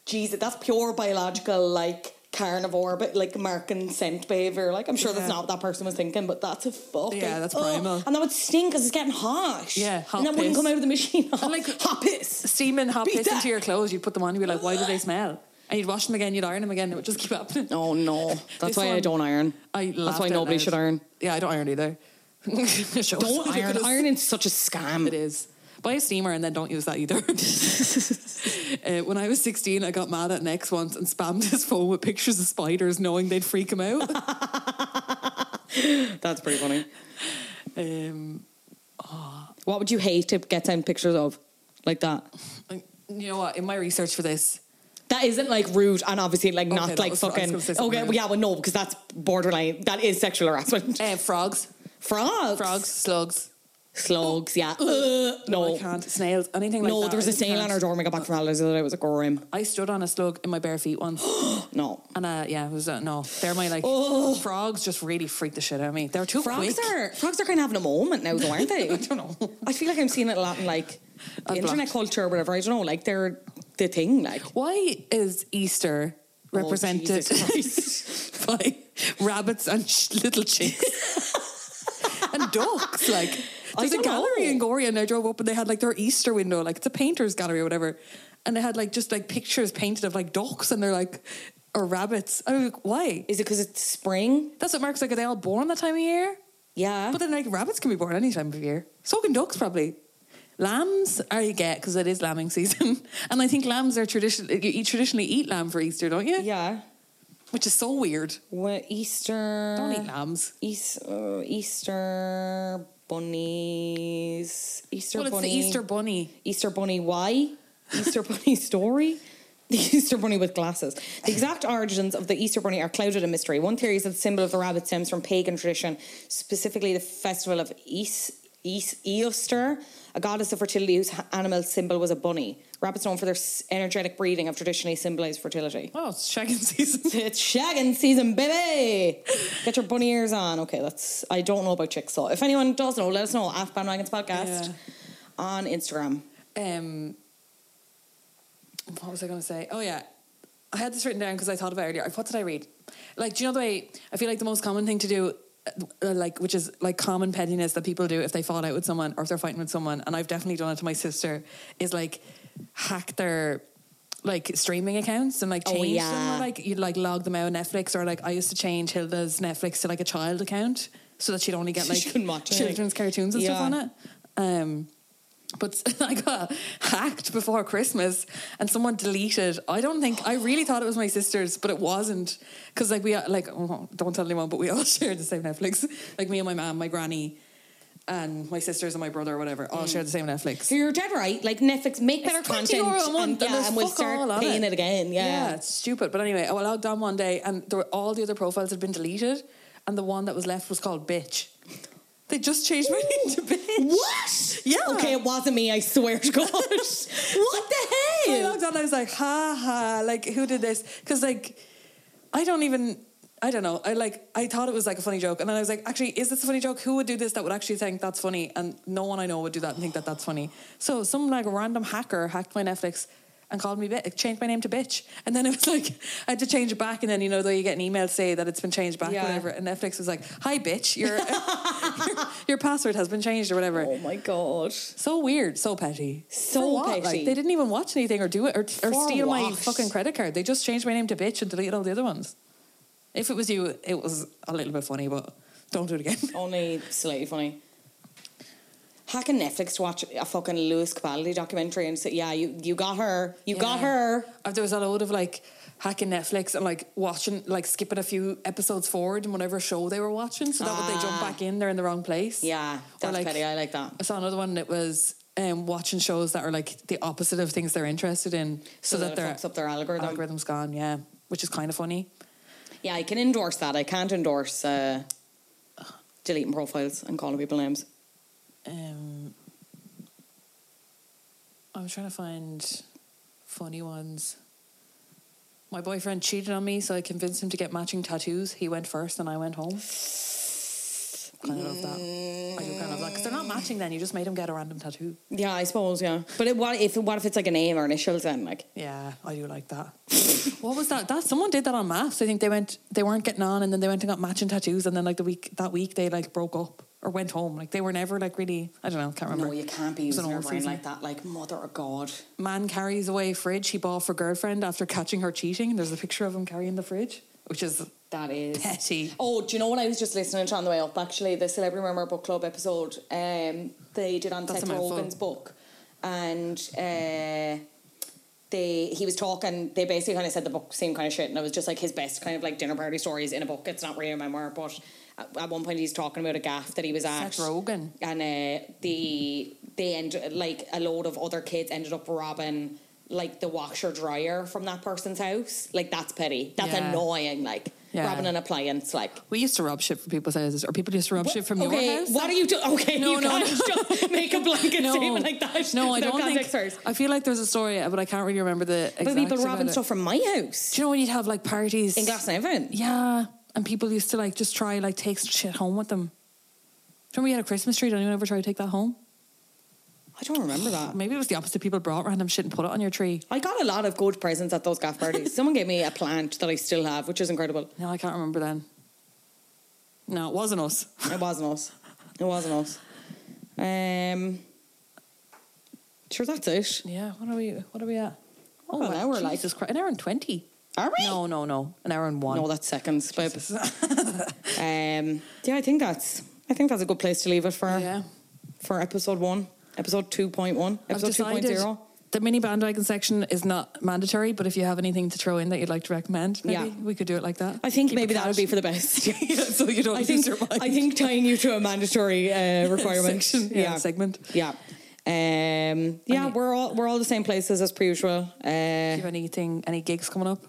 Jesus, that's pure biological like carnivore, but like American scent behavior. Like I'm sure that's
Yeah.
not what that person was thinking, but that's a fucking
Yeah, that's
oh,
primal.
and that would stink because it's getting hot.
Yeah, hot
and that wouldn't
piss.
come out of the machine.
And, like,
hot piss.
Steaming hot
Beat
piss
that.
into your clothes. You'd put them on. You'd be like, why do they smell? And you'd wash them again. You'd iron them again. It would just keep happening.
Oh no, that's
This
why I
one-
don't iron.
I
that's
laughed
why
out
nobody
loud.
should iron.
Yeah, I don't iron either.
Don't
don't
iron. Ironing's such a scam.
It is. Buy a steamer and then don't use that either. uh, when I was 16, I got mad at an ex once and spammed his phone with pictures of spiders, knowing they'd freak him out.
That's pretty funny.
um,
What would you hate to get sent pictures of like that?
you know what? In my research for this,
That isn't like rude and obviously like
Okay,
not
that
like
was- I was
fucking.
gonna say
Okay,
something
well,
rude.
yeah, well, no, because that's borderline. That is sexual harassment.
uh, frogs,
frogs,
frogs, slugs.
slugs. Yeah, Ugh, no,
I can't. Snails, anything like
no.
that.
there was
I
a
just
snail on
can't.
our door when we got back from holidays the other day. It was a grim.
I stood on a slug in my bare feet once,
No,
and uh, yeah, it was uh, no. They're my like frogs. Just really freaked the shit out of me. They're too
Oh. frogs
quick.
are frogs are kind of having a moment now, though, aren't they?
I don't know.
I feel like I'm seeing it a lot in like
I've
internet
blocked.
culture or whatever. I don't know. Like they're the thing. Like oh,
Why is Easter represented
Jesus Christ.
by rabbits and sh- little chicks and ducks? Like
I
there's a
don't know.
gallery in Gory, and I drove up, and they had like their Easter window, like it's a painter's gallery or whatever, and they had like just like pictures painted of like ducks, and they're like or rabbits. I was like, why?
is it because it's spring?
That's what Mark's like. Are they all born that time of year?
Yeah,
But then, like, rabbits can be born any time of year. So can ducks, probably. Lambs are you get because it is lambing season, and I think lambs are traditionally you eat, traditionally eat lamb for Easter, don't you?
yeah.
Which is so weird.
Well, Easter.
Don't eat lambs.
East, uh, Easter bunnies. Easter
well, it's
bunny.
the Easter bunny.
Easter bunny. Why? Easter bunny story. The Easter bunny with glasses. The exact origins of the Easter bunny are clouded in mystery. One theory is that the symbol of the rabbit stems from pagan tradition, specifically the festival of East. Easter, a goddess of fertility whose animal symbol was a bunny. Rabbits, known for their s- energetic breeding, have traditionally symbolized fertility.
Oh, it's shagging season.
It's shagging season, baby. Get your bunny ears on. Okay, that's. I don't know about chicks, so if anyone does know, let us know at Bandwagons Podcast
Yeah.
on Instagram.
um, what was I going to say? Oh yeah, I had this written down because I thought about it earlier. What did I read? Like, do you know the way? I feel like the most common thing to do, uh, like, which is like common pettiness that people do if they fall out with someone or if they're fighting with someone, and I've definitely done it to my sister, is like hack their like streaming accounts and like
Oh,
change them
yeah.
or like you'd like log them out of Netflix or like I used to change Hilda's Netflix to like a child account so that she'd only get
She
like
couldn't watch anything.
children's cartoons and
Yeah.
stuff on it. Um, But I got hacked before Christmas, and someone deleted. I don't think I really thought it was my sister's, but it wasn't because like we like oh, don't tell anyone, but we all shared the same Netflix. Like me and my mom, my granny, and my sisters and my brother, or whatever, all shared the same Netflix.
So you're dead right. Like Netflix, make better
It's 20
content,
euro a month,
and, yeah,
there's
and we'll
fuck all
start
on
paying it. again.
yeah,
Yeah,
it's stupid. But anyway, I allowed down one day, and there were, all the other profiles had been deleted, and the one that was left was called bitch. They just changed my name to bitch.
What?
Yeah.
Okay, it wasn't me. I swear to God. what the
I
hell?
logged on. I was like, ha ha, like who did this? Because like, I don't even. I don't know. I like. I thought it was like a funny joke, and then I was like, "Actually, is this a funny joke? Who would do this that would actually think that's funny?" And no one I know would do that and think that that's funny. So some like random hacker hacked my Netflix and called me bitch, changed my name to bitch, and then it was like I had to change it back. And then you know, though you get an email say that it's been changed back,
Yeah.
whatever. And Netflix was like, "Hi, bitch, your your, your password has been changed or whatever."
Oh my God.
So weird, so petty.
So
For what?
petty.
Like, they didn't even watch anything or do it or, or
For
steal my
what?
fucking credit card. They just changed my name to bitch and deleted all the other ones. If it was you, it was a little bit funny, but don't do it again.
Only slightly funny. Hacking Netflix to watch a fucking Lewis Capaldi documentary and say, yeah, you, you got her. You got
Yeah.
her.
Uh, There was a load of like hacking Netflix and like watching, like skipping a few episodes forward in whatever show they were watching, so that would they jump
Ah.
back in, they're in the wrong place.
Yeah,
Or
that's petty. I like that.
I saw another one that was um, watching shows that are like the opposite of things they're interested in,
So
so, that,
that it
their
fucks up their algorithm.
Algorithm's gone, yeah, which is kind of funny.
Yeah, I can endorse that. I can't endorse uh, deleting profiles and calling people names.
Um, I'm trying to find funny ones. My boyfriend cheated on me, so I convinced him to get matching tattoos. He went first, and I went home. Kind of love that. I do kind of love that because they're not matching. Then you just made him get a random tattoo.
Yeah, I suppose. Yeah, but it, what if what if it's like a name or initials? Then like,
Yeah, I do like that. what was that? That someone did that on maths. I think they went. They weren't getting on, and then they went and got matching tattoos. And then like the week that week, they like broke up or went home. Like they were never like really. I don't know. Can't remember.
no, you can't be
It was
using
an
your
awful
brain
season.
like that. Like, mother of God.
Man carries away a fridge he bought for girlfriend after catching her cheating. There's a picture of him carrying the fridge, which is
That is
Petty.
Oh, do you know what I was just listening to on the way up? Actually, the Celebrity Murmur Book Club episode um, they did on
That's
Seth
a mouthful.
Rogen's book, and uh, they he was talking. They basically kind of said the book same kind of shit, and it was just like his best kind of like dinner party stories in a book. It's not really a memoir, but at, at one point he's talking about a gaff that he was at.
Seth Rogen.
and uh, the they end like a load of other kids ended up robbing. Like the washer dryer from that person's house, like that's petty. That's
Yeah.
annoying. Like
Yeah.
robbing an appliance, like
we used to rob shit from people's houses, or people used to rob shit from
okay,
your house.
What are you doing? Okay,
No,
you
no,
can't just make a blanket statement like that.
No, I
without
don't think.
context first.
I feel like there's a story, but I can't really remember the.
But
exact
people
about
robbing
it.
stuff from my house
Do you know when you'd have like parties
in Glasnevin.
Yeah, and people used to like just try like take shit home with them. Do you remember we had a Christmas tree? Did anyone ever try to take that home?
I don't
Oh,
remember that.
Maybe it was the opposite. People brought random shit and put it on your tree.
I got a lot of good presents at those gaff parties. Someone gave me a plant that I still have, which is incredible.
No, I can't remember then. No, it wasn't us.
It wasn't us. It wasn't us. Um, sure, that's it.
Yeah, what are we? What are we at?
Oh, an hour, like.
Jesus Christ, an hour and twenty.
Are we?
No, no, no, an hour and one.
No, that's seconds, babe. um, yeah, I think that's. I think that's a good place to leave it for.
yeah.
For episode one, episode two point one,
I've
episode two point
decided
zero.
The mini bandwagon section is not mandatory, but if you have anything to throw in that you'd like to recommend, maybe
Yeah.
we could do it like that.
I think
Keep it
maybe that would
cash.
be for the best.
Yeah, so you don't
I
lose
think
your mind.
I think tying you to a mandatory uh, requirement.
Section, yeah, segment.
Yeah. Um, yeah,
mean-
we're all we're all the same places as per usual.
Do
Uh,
you have anything, any gigs coming up?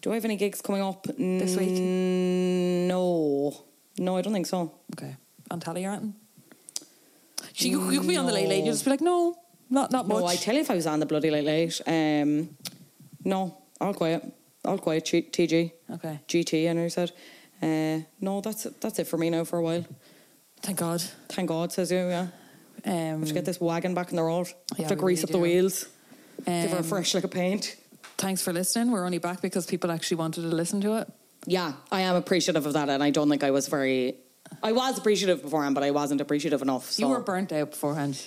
do I have any gigs coming up
This week?
No, no, I don't think so.
Okay, on tally or anything? She, you, you could be on the late late. You just be like, no, not not much.
No, I tell you, if I was on the bloody late late, um, no, all quiet, all quiet. G- TG,
Okay.
GT, I know you said. Uh, no, that's that's it for me now for a while.
Thank God.
Thank God, says you. Yeah,
Um,
to get this wagon back in the road,
Yeah,
to
we
grease
really
up the
do.
wheels, give her a
um,
fresh lick of paint.
thanks for listening. We're only back because people actually wanted to listen to it.
Yeah, I am appreciative of that, and I don't think I was very. I was appreciative beforehand, but I wasn't appreciative enough. So.
You were burnt out beforehand.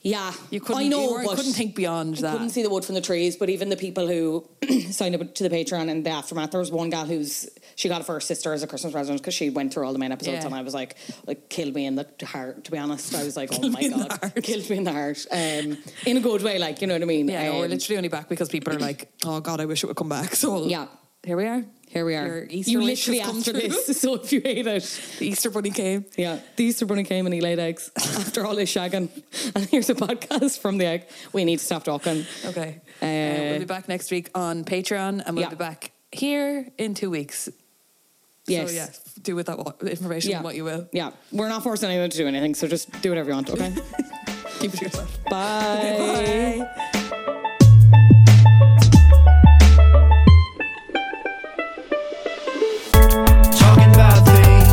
Yeah,
You couldn't,
I know,
you weren't-
but
couldn't think beyond
I couldn't
that.
see the wood from the trees, but even the people who signed up to the Patreon in the aftermath, there was one gal who's she got it for her sister as a Christmas present because she went through all the main episodes,
Yeah.
and I was like, like killed me in the heart. To be honest, I was like, oh my god, killed me in the heart, um, in a good way, like you know what I mean?
Yeah, no, we're
Um,
literally only back because people are like, "Oh God, I wish it would come back." So
Yeah.
here we are.
Here we are.
Your Easter
you
wish
literally
has come
after
true.
this, so if you hate it,
The Easter bunny came.
yeah, the Easter bunny came and he laid eggs after all his shagging, and here's a podcast from the egg. We need to stop talking.
Okay,
Uh,
uh, we'll be back next week on Patreon, and we'll
Yeah.
be back here in two weeks.
Yes.
So yeah, do with that what- information what you will.
Yeah. We're not forcing anyone to do anything, so just do whatever you want, okay?
Keep it to yourself.
Bye.
Bye.
Talking about things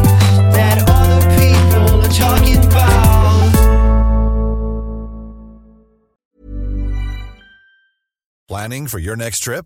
that other people are talking about.
Planning for your next trip?